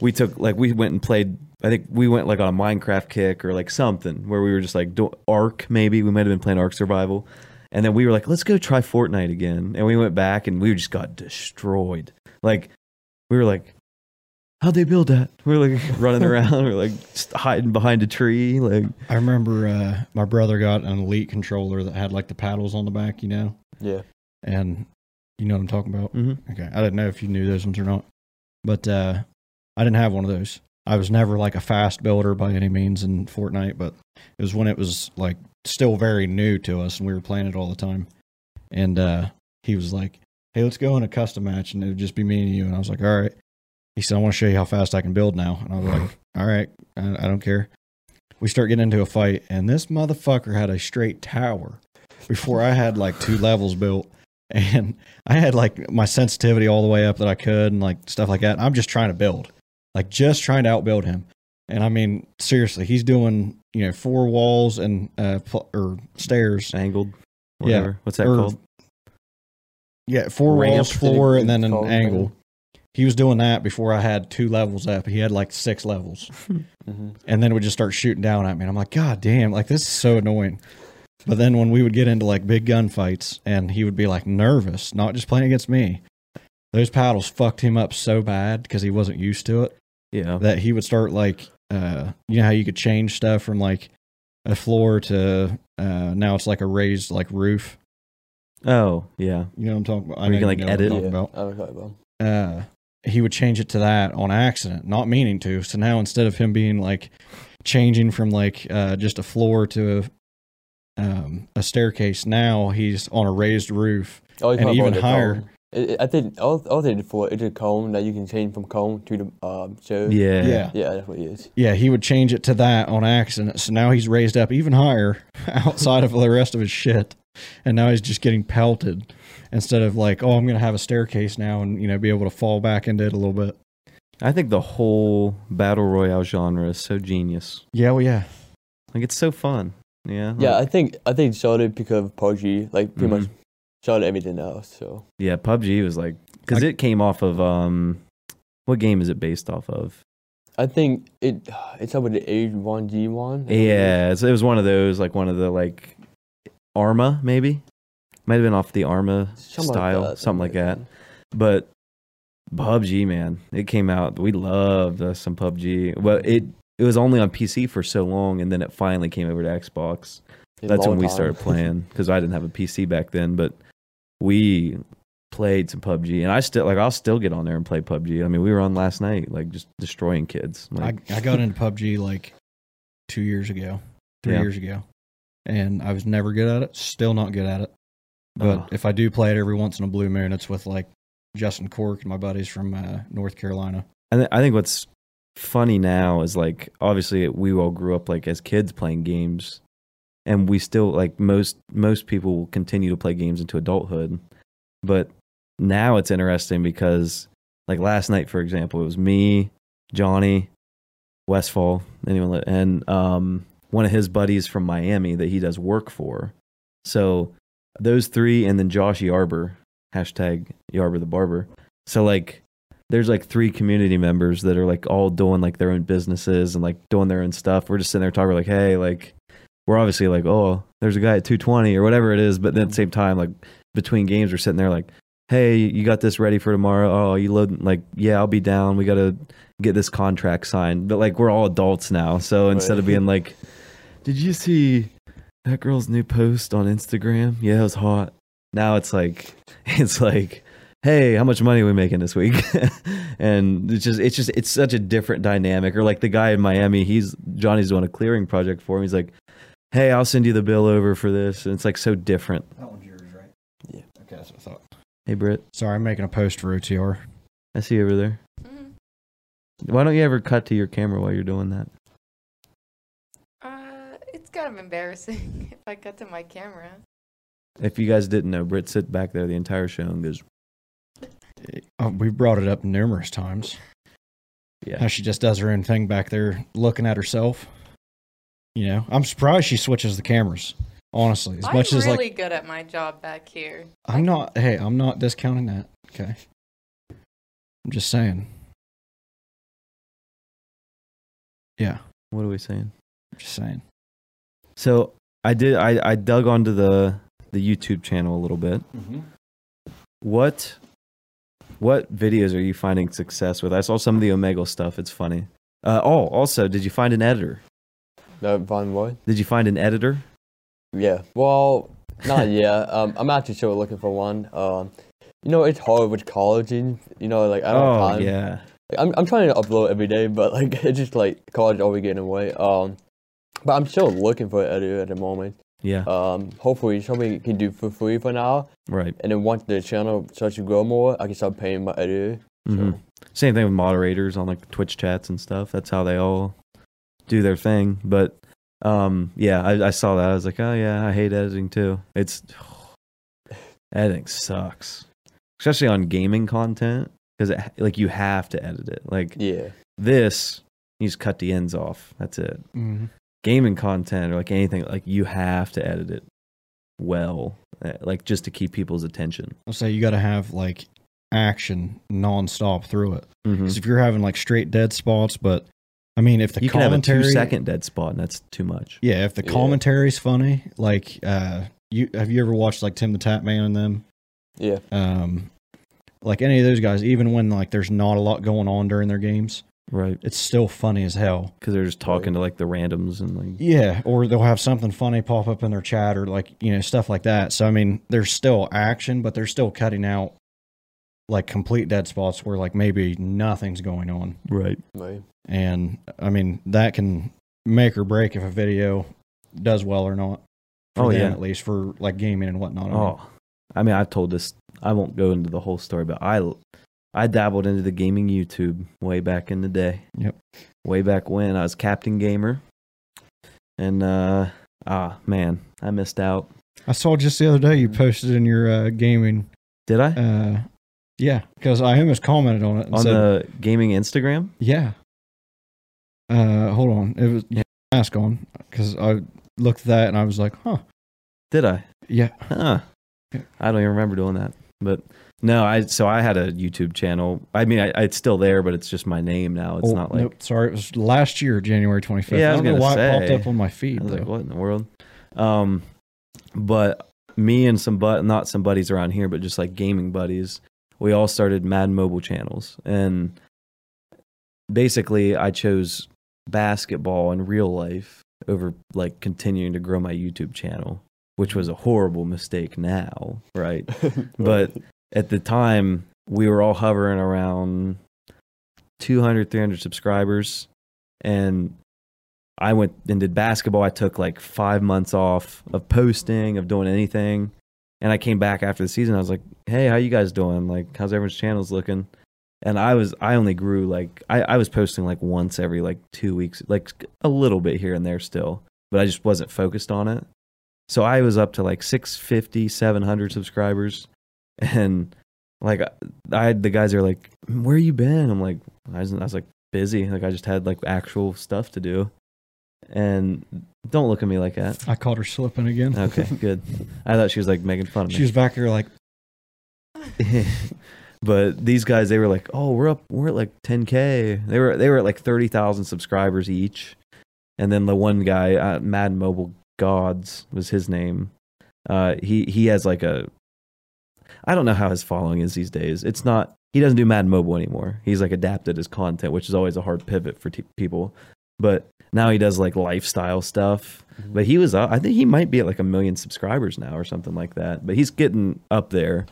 Speaker 2: we took like we went and played i think we went like on a minecraft kick or like something where we were just like do arc maybe we might have been playing arc survival and then we were like let's go try fortnite again and we went back and we just got destroyed like we were like how'd they build that? We're like running around. We're like just hiding behind a tree. Like
Speaker 3: I remember uh, my brother got an elite controller that had like the paddles on the back, you know,
Speaker 4: Yeah.
Speaker 3: and you know what I'm talking about.
Speaker 2: mhm.
Speaker 3: Okay, I didn't know if you knew those ones or not, but uh, I didn't have one of those. I was never like a fast builder by any means in Fortnite, but it was when it was like still very new to us, and we were playing it all the time. And uh, he was like, "Hey, let's go in a custom match, and it would just be me and you." And I was like, "All right." He said, "I want to show you how fast I can build now," and I was like, "All right, I, I don't care." We start getting into a fight, and this motherfucker had a straight tower before I had like two levels built, and I had like my sensitivity all the way up that I could and like stuff like that. I'm just trying to build, like just trying to outbuild him. And I mean, seriously, he's doing, you know, four walls and, uh, pl- or stairs.
Speaker 2: angled.
Speaker 3: Yeah.
Speaker 2: Whatever. What's that
Speaker 3: Or-
Speaker 2: called?
Speaker 3: Yeah. Four
Speaker 2: Ramp.
Speaker 3: walls, floor, and then an
Speaker 4: Called-
Speaker 3: angle. He was doing that before I had two levels up. He had like six levels
Speaker 4: hmm
Speaker 3: and then would just start shooting down at me. And I'm like, God damn, like this is so annoying. But then when we would get into like big gunfights and he would be like nervous, not just playing against me, those paddles fucked him up so bad because he wasn't used to it
Speaker 2: Yeah.
Speaker 3: that he would start like, uh, you know how you could change stuff from like a floor to uh, now it's like a raised like roof.
Speaker 2: Oh yeah.
Speaker 3: You know what I'm talking about? I
Speaker 2: Where you can,
Speaker 3: know
Speaker 2: like,
Speaker 3: know what I'm
Speaker 2: edit.
Speaker 3: talking about
Speaker 4: I was like, well,
Speaker 3: uh, he would change it to that on accident, not meaning to. So now instead of him being like changing from like uh, just a floor to a, um, a staircase, now he's on a raised roof.
Speaker 4: oh, it's
Speaker 3: And
Speaker 4: not
Speaker 3: even
Speaker 4: about the
Speaker 3: higher.
Speaker 4: cone. It, it- I think all, all they did for it is a cone that you can change from cone to the um, so
Speaker 2: Yeah.
Speaker 4: Yeah, that's what it is.
Speaker 3: Yeah, he would change it to that on accident. So now he's raised up even higher outside of the rest of his shit. And now he's just getting pelted instead of like, oh, I'm going to have a staircase now and, you know, be able to fall back into it a little bit.
Speaker 2: I think the whole battle royale genre is so genius.
Speaker 3: Yeah, well, yeah.
Speaker 2: Like it's so fun. Yeah. like-
Speaker 4: Yeah, I think I think it started because of PUBG, like pretty
Speaker 2: Mhm.
Speaker 4: much started everything else. So
Speaker 2: Yeah, PUBG was like because it came off of um, what game is it based off of?
Speaker 4: I think it it's up with the age one D one.
Speaker 2: Yeah, it's, it was one of those like one of the like Arma maybe might have been off the Arma style something like that. But PUBG man, it came out. We loved us some PUBG. Well, it it was only on PC for so long, and then it finally came over to Xbox. That's when we started playing because I didn't have a PC back then, but we played some PUBG, and I still like I'll still get on there and play PUBG. I mean, we were on last night, like just destroying kids.
Speaker 3: I,
Speaker 2: Like,
Speaker 3: I got into PUBG like two years ago, three
Speaker 2: Yeah.
Speaker 3: years ago, and I was never good at it. Still not good at it. But
Speaker 2: Oh.
Speaker 3: if I do play it every once in a blue moon, it's with like Justin Cork and my buddies from uh, North Carolina.
Speaker 2: I, th- I think what's funny now is like obviously we all grew up like as kids playing games, and we still like most most people will continue to play games into adulthood, but now it's interesting because like last night for example it was me, Johnny, Westfall, anyone, li- and um one of his buddies from Miami that he does work for, so those three and then Josh Yarber hashtag Yarber the barber. So like there's like three community members that are like all doing like their own businesses and like doing their own stuff. We're just sitting there talking we're like, hey, like we're obviously like, oh, there's a guy at 220 or whatever it is, but then at the same time, like between games, we're sitting there like, hey, you got this ready for tomorrow? Oh, you load like, yeah, I'll be down. We gotta get this contract signed. But like we're all adults now, so instead of
Speaker 4: Right.
Speaker 2: being like, did you see that girl's new post on Instagram? Yeah, it was hot. Now it's like, it's like hey how much money are we making this week and it's just it's just it's such a different dynamic or like the guy in miami he's johnny's doing a clearing project for him he's like hey i'll send you the bill over for this and it's like so different
Speaker 3: That one's yours, right?
Speaker 4: Yeah.
Speaker 3: Okay, that's what I thought.
Speaker 2: hey britt
Speaker 3: Sorry, I'm making a post for OTR.
Speaker 2: i see you over there
Speaker 1: Mm.
Speaker 2: why don't you ever cut to your camera while you're doing that
Speaker 1: Uh, it's kind of embarrassing if I cut to my camera.
Speaker 2: if you guys didn't know britt sits back there the entire show and goes
Speaker 3: Oh, we brought it up numerous times.
Speaker 2: yeah
Speaker 3: How she just does her own thing back there, looking at herself. You know, I'm surprised she switches the cameras. Honestly, as
Speaker 1: I'm
Speaker 3: much
Speaker 1: really
Speaker 3: as like
Speaker 1: good at my job back here.
Speaker 3: I'm not. Hey, I'm not discounting that. Okay. I'm just saying. Yeah,
Speaker 2: what are we saying
Speaker 3: I'm just saying.
Speaker 2: so i did i i dug onto
Speaker 4: Mm-hmm.
Speaker 2: the the youtube channel a little bit
Speaker 3: Mm-hmm.
Speaker 2: what What videos are you finding success with? I saw some of the Omegle stuff. It's funny. Uh, oh, also, did you find an editor?
Speaker 4: The Von Roy?
Speaker 2: Did you find an editor?
Speaker 4: Yeah. Well, not yet. Um, I'm actually still looking for one. Um, you know, it's hard with college. and, You know, like I don't have
Speaker 2: Oh
Speaker 4: time.
Speaker 2: yeah.
Speaker 4: Like, I'm I'm trying to upload every day, but like it's just like college always getting away. Um, but I'm still looking for an editor at the moment.
Speaker 2: Yeah.
Speaker 4: Um, hopefully something can do for free for now,
Speaker 2: right.
Speaker 4: and then once the channel starts to grow more, I can start paying my editor.
Speaker 3: Mm-hmm.
Speaker 2: hmm Same thing with moderators on like Twitch chats and stuff. That's how they all do their thing. But um, yeah, I, I saw that. I was like, oh yeah, I hate editing too. It's editing sucks, especially on gaming content because like you have to edit it. Like
Speaker 4: Yeah.
Speaker 2: this, you just cut the ends off. That's it. Gaming content or like anything, like you have to edit it well, eh, like just to keep people's attention.
Speaker 3: I'll say you got to have like action nonstop through it.
Speaker 2: Mhm.
Speaker 3: Because if you're having like straight dead spots, but I mean, if the
Speaker 2: You can have a
Speaker 3: commentary,
Speaker 2: two-second dead spot, and that's too much.
Speaker 3: yeah, if the
Speaker 4: Yeah.
Speaker 3: commentary's funny, like uh, you have you ever watched like Tim the Tap Man and them,
Speaker 4: Yeah.
Speaker 3: um, like any of those guys, even when like there's not a lot going on during their games,
Speaker 2: Right.
Speaker 3: it's still funny as hell.
Speaker 2: because they're just talking to like the randoms and like
Speaker 3: Yeah, or they'll have something funny pop up in their chat or like, you know, stuff like that. So I mean, there's still action, but they're still cutting out like complete dead spots where like maybe nothing's going on.
Speaker 2: right
Speaker 4: Right.
Speaker 3: And I mean, that can make or break if a video does well or not. For
Speaker 2: Oh,
Speaker 3: them,
Speaker 2: yeah.
Speaker 3: at least for like gaming and whatnot. I mean.
Speaker 2: oh i mean i've told this i won't go into the whole story but i i dabbled into the gaming youtube way back in the day
Speaker 3: Yep.
Speaker 2: way back when i was captain gamer and uh ah man i missed out
Speaker 3: I saw just the other day you posted in your uh, gaming.
Speaker 2: did i
Speaker 3: Uh, yeah, because I almost commented on it. And
Speaker 2: on
Speaker 3: said,
Speaker 2: the gaming instagram
Speaker 3: Yeah. Uh, hold on. It was
Speaker 2: Yeah.
Speaker 3: mask on because I looked at that and I was like, huh.
Speaker 2: did i
Speaker 3: Yeah.
Speaker 2: Huh.
Speaker 3: Yeah.
Speaker 2: I don't even remember doing that. But no, I so I had a YouTube channel. I mean, I, it's still there, but it's just my name now. It's
Speaker 3: Oh,
Speaker 2: not like
Speaker 3: nope, sorry. It was last year, January twenty fifth.
Speaker 2: Yeah, I
Speaker 3: I
Speaker 2: was
Speaker 3: don't know
Speaker 2: gonna
Speaker 3: why it
Speaker 2: say.
Speaker 3: popped up on my feed.
Speaker 2: I was
Speaker 3: though.
Speaker 2: like, what in the world? Um, but me and some but not some buddies around here, but just like gaming buddies, we all started Mad Mobile channels, and basically, I chose basketball in real life over like continuing to grow my YouTube channel, which was a horrible mistake now, right? But at the time we were all hovering around 200 300 subscribers and i went and did basketball i took like five months off of posting of doing anything and i came back after the season i was like hey how you guys doing like how's everyone's channels looking and i was i only grew like i, I was posting like once every like two weeks like a little bit here and there still but i just wasn't focused on it so i was up to like 650 700 subscribers and like I had the guys are like, "Where you been?" I'm like, I was, I was like busy, like I just had like actual stuff to do, and don't look at me like that.
Speaker 3: I caught her slipping again.
Speaker 2: Okay, good. I thought she was like making fun of me.
Speaker 3: she was back there like,
Speaker 2: but these guys they were like oh we're up we're at like 10k they were they were at like 30,000 subscribers each and then the one guy uh, Mad Mobile Gods was his name uh he he has like a I don't know how his following is these days it's not he doesn't do Mad Mobile anymore he's like adapted his content which is always a hard pivot for t- people but now he does like lifestyle stuff but he was, up- I think he might be at like a million subscribers now or something like that. But he's getting up there.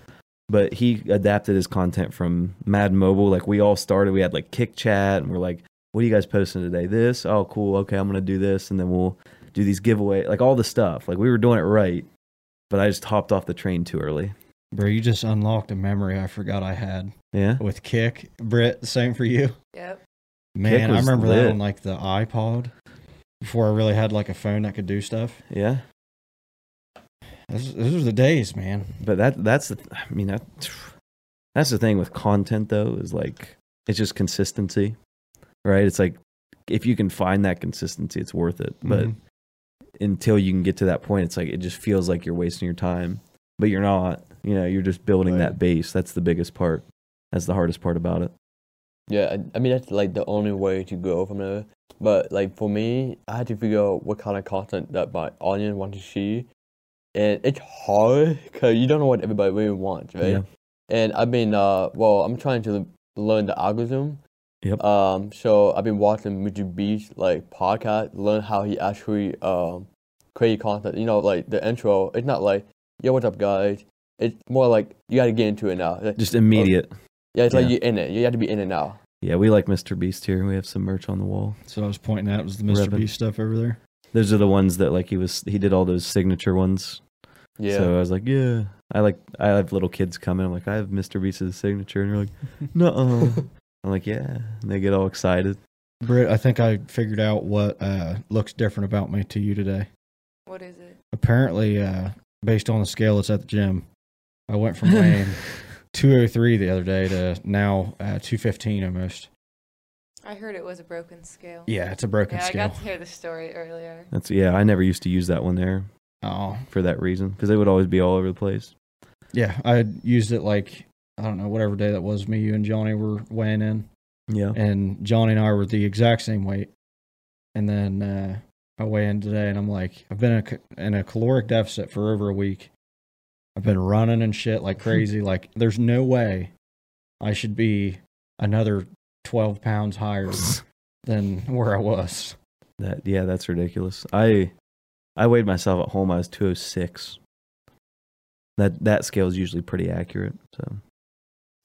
Speaker 2: But he adapted his content from Mad Mobile. Like we all started, we had like Kick Chat, and we're like, what are you guys posting today? This? Oh, cool. Okay, I'm going to do this. And then we'll do these giveaway, like all the stuff. Like we were doing it right. But I just hopped off the train too early.
Speaker 3: "Bro, you just unlocked a memory I forgot I had
Speaker 2: Yeah.
Speaker 3: with Kick." Britt, same for you.
Speaker 1: Yep.
Speaker 3: Man, I
Speaker 2: was
Speaker 3: remember
Speaker 2: lit.
Speaker 3: that on like the iPod before I really had like a phone that could do stuff.
Speaker 2: Yeah.
Speaker 3: Those, those are the days, man.
Speaker 2: But that, that's the, I mean, that, that's the thing with content though, is like, it's just consistency, right? It's like, if you can find that consistency, it's worth it. But
Speaker 3: Mhm.
Speaker 2: until you can get to that point, it's like it just feels like you're wasting your time, but you're not. You know, you're just building
Speaker 4: Right.
Speaker 2: that base. That's the biggest part. That's the hardest part about it.
Speaker 4: Yeah, I, I mean that's like the only way to go from there. But like for me, I had to figure out what kind of content that my audience wants to see, and it's hard because you don't know what everybody really wants, right?
Speaker 2: Yeah.
Speaker 4: and I've been uh well, I'm trying to learn the algorithm.
Speaker 2: Yep.
Speaker 4: Um, so I've been watching Mr. Beast like podcast, learn how he actually um create content. You know, like the intro. It's not like yo, what's up, guys. It's more like you got to get into it now. Like,
Speaker 2: Just immediate.
Speaker 4: yeah, it's
Speaker 2: yeah.
Speaker 4: like you're in it. You have to be in it now.
Speaker 2: Yeah, we like Mr. Beast here. We have some merch on the wall.
Speaker 3: So I was pointing out was the Mr.
Speaker 2: Ribbon.
Speaker 3: Beast stuff over there.
Speaker 2: Those are the ones that like he was he did all those signature ones.
Speaker 4: Yeah.
Speaker 2: So I was like, yeah. I like I have little kids come in. I'm like, I have Mr. Beast's signature, and you're like, no. I'm like, yeah. And they get all excited.
Speaker 3: Britt, I think I figured out what uh, looks different about me to you today.
Speaker 1: What is it?
Speaker 3: Apparently, uh, based on the scale that's at the gym, I went from weighing 203 the other day to now uh, 215 almost.
Speaker 1: I heard it was a broken scale.
Speaker 3: Yeah, it's a broken
Speaker 1: Yeah, I
Speaker 3: scale.
Speaker 1: got to hear the story earlier.
Speaker 2: That's yeah. I never used to use that one there
Speaker 3: Oh,
Speaker 2: for that reason because they would always be all over the place.
Speaker 3: yeah. I had used it like, I don't know, whatever day that was, me, you, and Johnny were weighing in.
Speaker 2: Yeah.
Speaker 3: and Johnny and I were the exact same weight. And then uh, I weigh in today, and I'm like, I've been in a, ca- in a caloric deficit for over a week. I've been running and shit like crazy. like, there's no way I should be another 12 pounds higher than where I was.
Speaker 2: That yeah, that's ridiculous. I I weighed myself at home. I was 206. That that scale is usually pretty accurate. So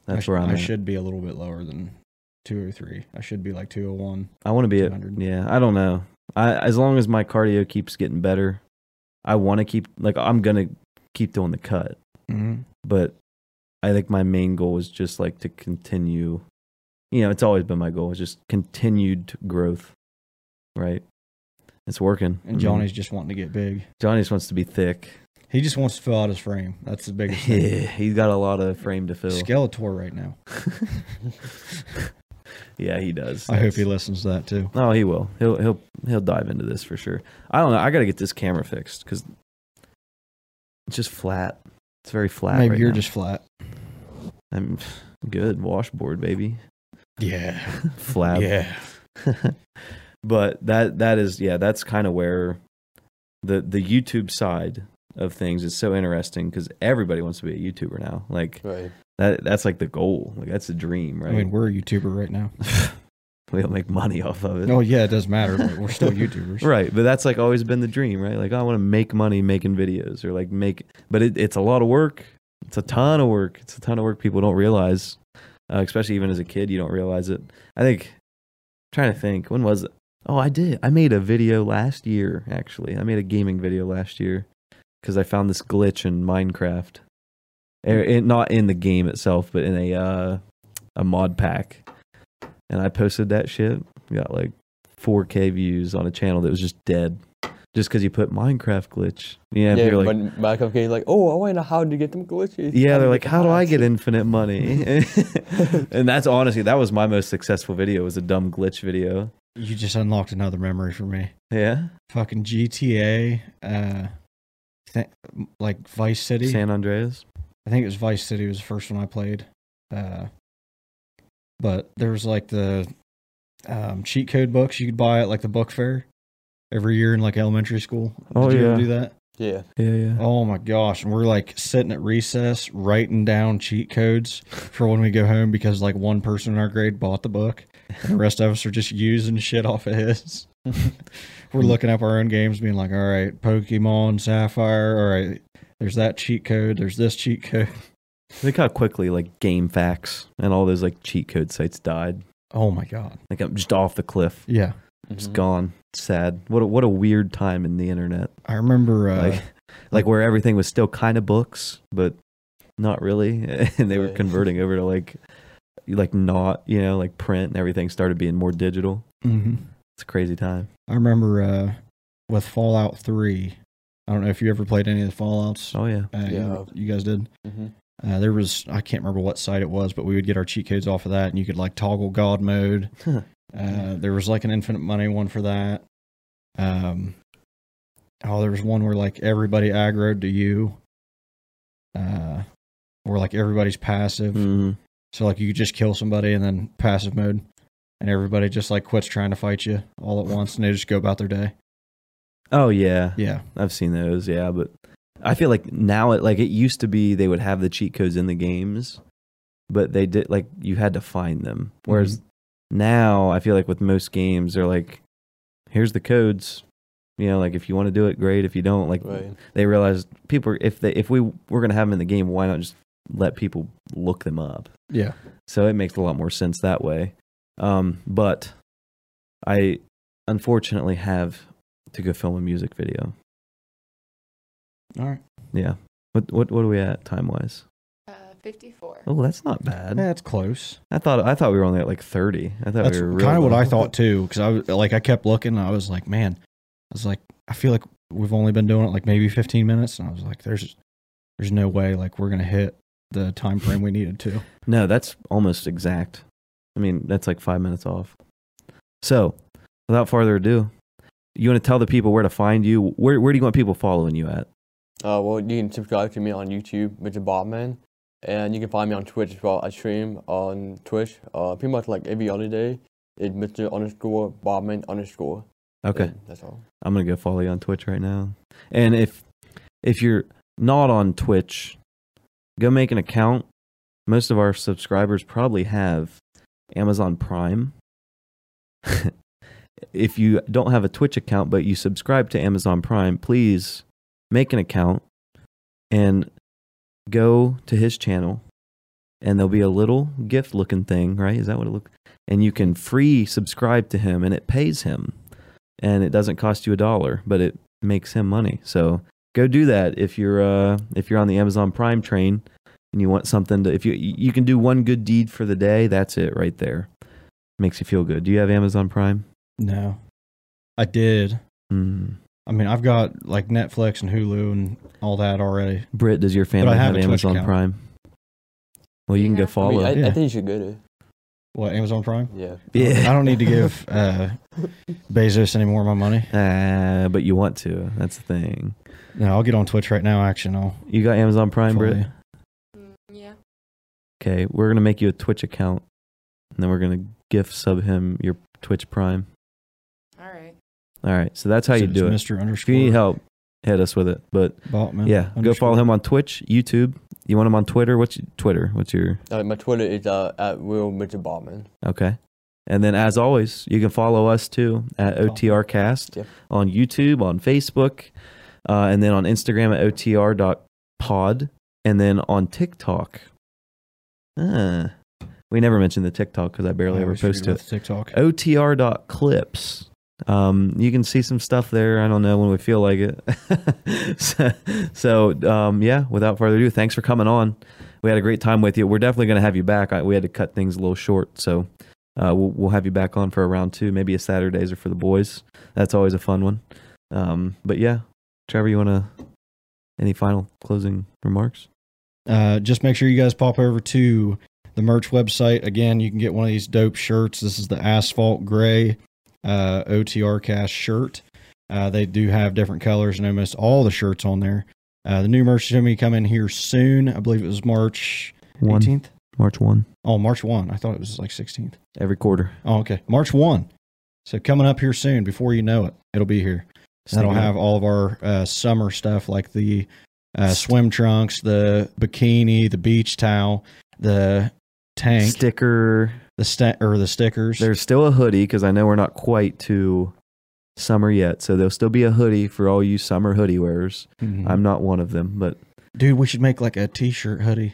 Speaker 3: I,
Speaker 2: that's
Speaker 3: sh-
Speaker 2: where I'm.
Speaker 3: I
Speaker 2: at.
Speaker 3: should be a little bit lower than 203. I should be like 201.
Speaker 2: I want to be at
Speaker 3: 200.
Speaker 2: yeah. I don't know. I as long as my cardio keeps getting better, I want to keep like I'm gonna keep doing the cut.
Speaker 3: Mm-hmm.
Speaker 2: But I think my main goal is just like to continue. You know, it's always been my goal is just continued growth, right? It's working. I
Speaker 3: And
Speaker 2: mean,
Speaker 3: Johnny's just wanting to get big.
Speaker 2: Johnny just wants to be thick.
Speaker 3: He just wants to fill out his frame. That's the biggest thing.
Speaker 2: Yeah, he's got a lot of frame to fill.
Speaker 3: Skeletor right now.
Speaker 2: yeah, he does.
Speaker 3: I hope he listens to that too.
Speaker 2: Oh, he will. He'll he'll he'll dive into this for sure. I don't know. I got to get this camera fixed because it's just flat. It's very flat.
Speaker 3: Maybe
Speaker 2: right
Speaker 3: you're
Speaker 2: now.
Speaker 3: just flat.
Speaker 2: I'm good washboard, baby.
Speaker 3: Yeah.
Speaker 2: Flat.
Speaker 3: Yeah.
Speaker 2: but that that is yeah. That's kind of where the the YouTube side of things is so interesting because everybody wants to be a YouTuber now. Like
Speaker 4: right.
Speaker 2: that that's like the goal. Like that's a dream, right?
Speaker 3: I mean, we're a YouTuber right now.
Speaker 2: we don't make money off of it.
Speaker 3: Oh, yeah, it doesn't matter. But we're still YouTubers.
Speaker 2: Right, but that's like always been the dream, right? Like I want to make money making videos or like make, but it, it's a lot of work. It's a ton of work. It's a ton of work. People don't realize, uh, especially even as a kid, you don't realize it. I think trying to think when was it? Oh, I did. I made a video last year. Actually, I made a gaming video last year because I found this glitch in Minecraft, Er, it- not in the game itself, but in a uh, a mod pack, and I posted that shit. Got like 4K views on a channel that was just dead, just because you put Minecraft glitch. Yeah,
Speaker 4: yeah,
Speaker 2: people are like,
Speaker 4: but back up, like, oh, I wonder how to get them glitches.
Speaker 2: yeah, they're
Speaker 4: to
Speaker 2: like,
Speaker 4: get
Speaker 2: how do I
Speaker 4: hacks."
Speaker 2: get infinite money? and that's honestly, that was my most successful video. Was a dumb glitch video.
Speaker 3: You just unlocked another memory for me.
Speaker 2: Yeah,
Speaker 3: Fucking GTA, uh, th- like Vice City.
Speaker 2: San Andreas.
Speaker 3: I think it was Vice City was the first one I played. Uh, but there was like the um, cheat code books you could buy at like the book fair every year in like elementary school.
Speaker 2: Oh,
Speaker 3: Did you
Speaker 2: yeah.
Speaker 3: ever do that?
Speaker 4: Yeah.
Speaker 2: Yeah, yeah.
Speaker 3: Oh my gosh. And we're like sitting at recess writing down cheat codes for when we go home because like one person in our grade bought the book and the rest of us are just using shit off of his. we're looking up our own games, being like, all right, Pokemon, Sapphire, all right, there's that cheat code, there's this cheat code.
Speaker 2: Look how quickly like game facts and all those like cheat code sites died.
Speaker 3: Oh my God.
Speaker 2: Like I'm just off the cliff.
Speaker 3: Yeah.
Speaker 2: Just
Speaker 4: Mhm.
Speaker 2: gone. Sad. What a, what a weird time in the internet.
Speaker 3: I remember uh,
Speaker 2: Like like where everything was still kind of books, but not really. And they were
Speaker 4: Yeah.
Speaker 2: converting over to like like not, you know, like print and everything started being more digital.
Speaker 3: mhm.
Speaker 2: It's a crazy time.
Speaker 3: I remember uh, with Fallout 3. I don't know if you ever played any of the Fallouts.
Speaker 2: Oh yeah.
Speaker 3: Uh, you-
Speaker 4: Yeah.
Speaker 3: you guys did?
Speaker 4: Mhm.
Speaker 3: Uh, there was I can't remember what site it was, but we would get our cheat codes off of that, and you could like toggle God mode.
Speaker 2: Huh.
Speaker 3: Uh, there was like an infinite money one for that. Um, oh, there was one where like everybody aggroed to you, uh, or like everybody's passive.
Speaker 2: hmm
Speaker 3: So like you could just kill somebody and then passive mode, and everybody just like quits trying to fight you all at once, and they just go about their day.
Speaker 2: Oh yeah.
Speaker 3: Yeah,
Speaker 2: I've seen those, yeah, but I feel like now it like it used to be they would have the cheat codes in the games but they did like you had to find them. Whereas now I feel like with most games they're like, here's the codes. You know, like if you want to do it, great. If you don't, like
Speaker 4: Right.
Speaker 2: they realized people are- if they if we were gonna have them in the game, why not just let people look them up?
Speaker 3: Yeah.
Speaker 2: So it makes a lot more sense that way. Um, but I unfortunately have to go film a music video.
Speaker 3: All right.
Speaker 2: Yeah. What what what are we at time wise?
Speaker 1: Uh, 54.
Speaker 2: Oh, that's not bad.
Speaker 3: That's close.
Speaker 2: I thought I thought we were only at like thirty. I thought
Speaker 3: That's
Speaker 2: we were
Speaker 3: kind
Speaker 2: real
Speaker 3: of what
Speaker 2: low.
Speaker 3: I thought too, because I was like, I kept looking, and I was like, man, I was like, I feel like we've only been doing it like maybe 15 minutes, and I was like, there's, there's no way like we're gonna hit the time frame we needed to.
Speaker 2: No, that's almost exact. I mean, that's like five minutes off. So, without further ado, you want to tell the people where to find you. Where where do you want people following you at?
Speaker 4: Uh, well, you can subscribe to me on YouTube, Mr. Bobman, and you can find me on Twitch as well. I stream on Twitch uh, pretty much like every other day. It's Mr. underscore Bobman underscore.
Speaker 2: Okay.
Speaker 4: And that's all.
Speaker 2: I'm gonna go follow you on Twitch right now. And if if you're not on Twitch, go make an account. Most of our subscribers probably have Amazon Prime. if you don't have a Twitch account but you subscribe to Amazon Prime, please make an account and go to his channel and there'll be a little gift looking thing, right? Is that what it look? And you can free subscribe to him and it pays him and it doesn't cost you a dollar, but it makes him money. So go do that if you're uh, if you're on the Amazon Prime train and you want something to if you you can do one good deed for the day, that's it right there. Makes you feel good. Do you have Amazon Prime?
Speaker 3: No, I did.
Speaker 2: Mm.
Speaker 3: I mean, I've got like Netflix and Hulu and all that already.
Speaker 2: Britt, does your family
Speaker 3: have
Speaker 2: have,
Speaker 3: a Twitch
Speaker 2: Amazon
Speaker 3: account.
Speaker 2: Prime? Oh, Well, you can
Speaker 1: Yeah. I
Speaker 2: go
Speaker 1: mean,
Speaker 4: I,
Speaker 2: follow.
Speaker 4: mean, I,
Speaker 3: Yeah.
Speaker 4: I think you should get it.
Speaker 3: What Amazon Prime?
Speaker 4: Yeah.
Speaker 3: I
Speaker 2: yeah,
Speaker 3: don't need to give uh, Bezos any more of my money.
Speaker 2: uh, but you want to. That's the thing.
Speaker 3: No, I'll get on Twitch right now. Actually, and I'll
Speaker 2: You got Amazon Prime,
Speaker 3: follow
Speaker 2: Britt?
Speaker 3: you.
Speaker 1: Mm, yeah.
Speaker 2: Okay, we're gonna make you a Twitch account, and then we're gonna gift sub him your Twitch Prime.
Speaker 1: All right.
Speaker 2: All right, so that's how
Speaker 3: So
Speaker 2: you
Speaker 3: it's
Speaker 2: do it.
Speaker 3: Mr.
Speaker 2: If you need
Speaker 3: Underscore
Speaker 2: help, hit us with it. But
Speaker 3: Botman.
Speaker 2: yeah, go
Speaker 3: underscore.
Speaker 2: follow him on Twitch, YouTube. You want him on Twitter? What's your, Twitter? What's your
Speaker 4: Uh, my Twitter is uh, at real Mr. Bobman.
Speaker 2: okay? And then, as always, you can follow us too at OTRcast
Speaker 4: Yeah.
Speaker 2: on YouTube, on Facebook, uh, and then on Instagram at OTR.pod, and then on TikTok. Ah, we never mentioned the TikTok because I barely
Speaker 3: I
Speaker 2: ever
Speaker 3: always forget
Speaker 2: post it.
Speaker 3: about the TikTok.
Speaker 2: otr.clips. Um, you can see some stuff there. I don't know when we feel like it. so, so, um, yeah, without further ado, thanks for coming on. We had a great time with you. We're definitely going to have you back. I, we had to cut things a little short. So uh, we'll, we'll have you back on for a round two, maybe a Saturdays or for the boys. That's always a fun one. Um, but yeah, Trevor, you want to any final closing remarks?
Speaker 3: Uh, just make sure you guys pop over to the merch website. Again, you can get one of these dope shirts. This is the asphalt gray uh, OTR cast shirt. Uh, they do have different colors and almost all the shirts on there. Uh, the new merch is going to be coming here soon. I believe it was March
Speaker 2: One,
Speaker 3: 18th.
Speaker 2: March 1,
Speaker 3: Oh, March 1. I thought it was like 16th.
Speaker 2: every quarter.
Speaker 3: Oh, okay. March 1. So coming up here soon, before you know it, it'll be here. And That'll
Speaker 2: Sneaking up.
Speaker 3: have all of our uh, summer stuff like the uh, swim trunks, the bikini, the beach towel, the tank,
Speaker 2: sticker.
Speaker 3: the sta- or the stickers.
Speaker 2: There's still a hoodie because I know we're not quite to summer yet. So there'll still be a hoodie for all you summer hoodie wearers.
Speaker 3: Mhm.
Speaker 2: I'm not one of them, but
Speaker 3: Dude, we should make like a t-shirt hoodie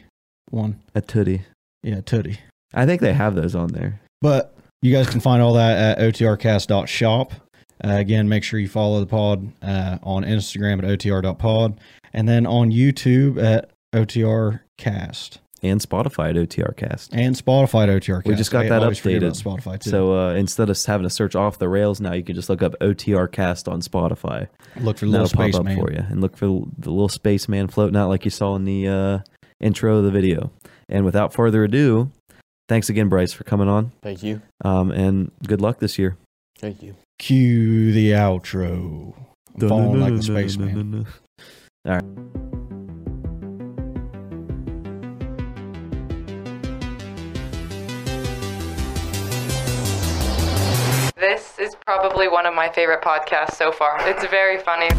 Speaker 3: one.
Speaker 2: a hoodie.
Speaker 3: Yeah, tootie.
Speaker 2: I think they have those on there.
Speaker 3: But you guys can find all that at otrcast.shop. Uh, again, make sure you follow the pod uh, on Instagram at otr.pod and then on YouTube at otrcast
Speaker 2: And Spotify at OTR Cast.
Speaker 3: and Spotify at otrcast.
Speaker 2: We just got
Speaker 3: I
Speaker 2: that
Speaker 3: always forget
Speaker 2: updated.
Speaker 3: about Spotify too.
Speaker 2: So uh, instead of having to search off the rails now, you can just look up OTR Cast on Spotify.
Speaker 3: look for
Speaker 2: And
Speaker 3: little
Speaker 2: That'll pop
Speaker 3: space
Speaker 2: up
Speaker 3: man.
Speaker 2: for you. And look for the little spaceman floating out like you saw in the uh, intro of the video. And without further ado, thanks again, Bryce, for coming on.
Speaker 4: Thank you.
Speaker 2: Um, and good luck this year.
Speaker 4: Thank you.
Speaker 3: Cue the outro. I'm falling like the spaceman.
Speaker 1: This is probably one of my favorite podcasts so far. It's very funny.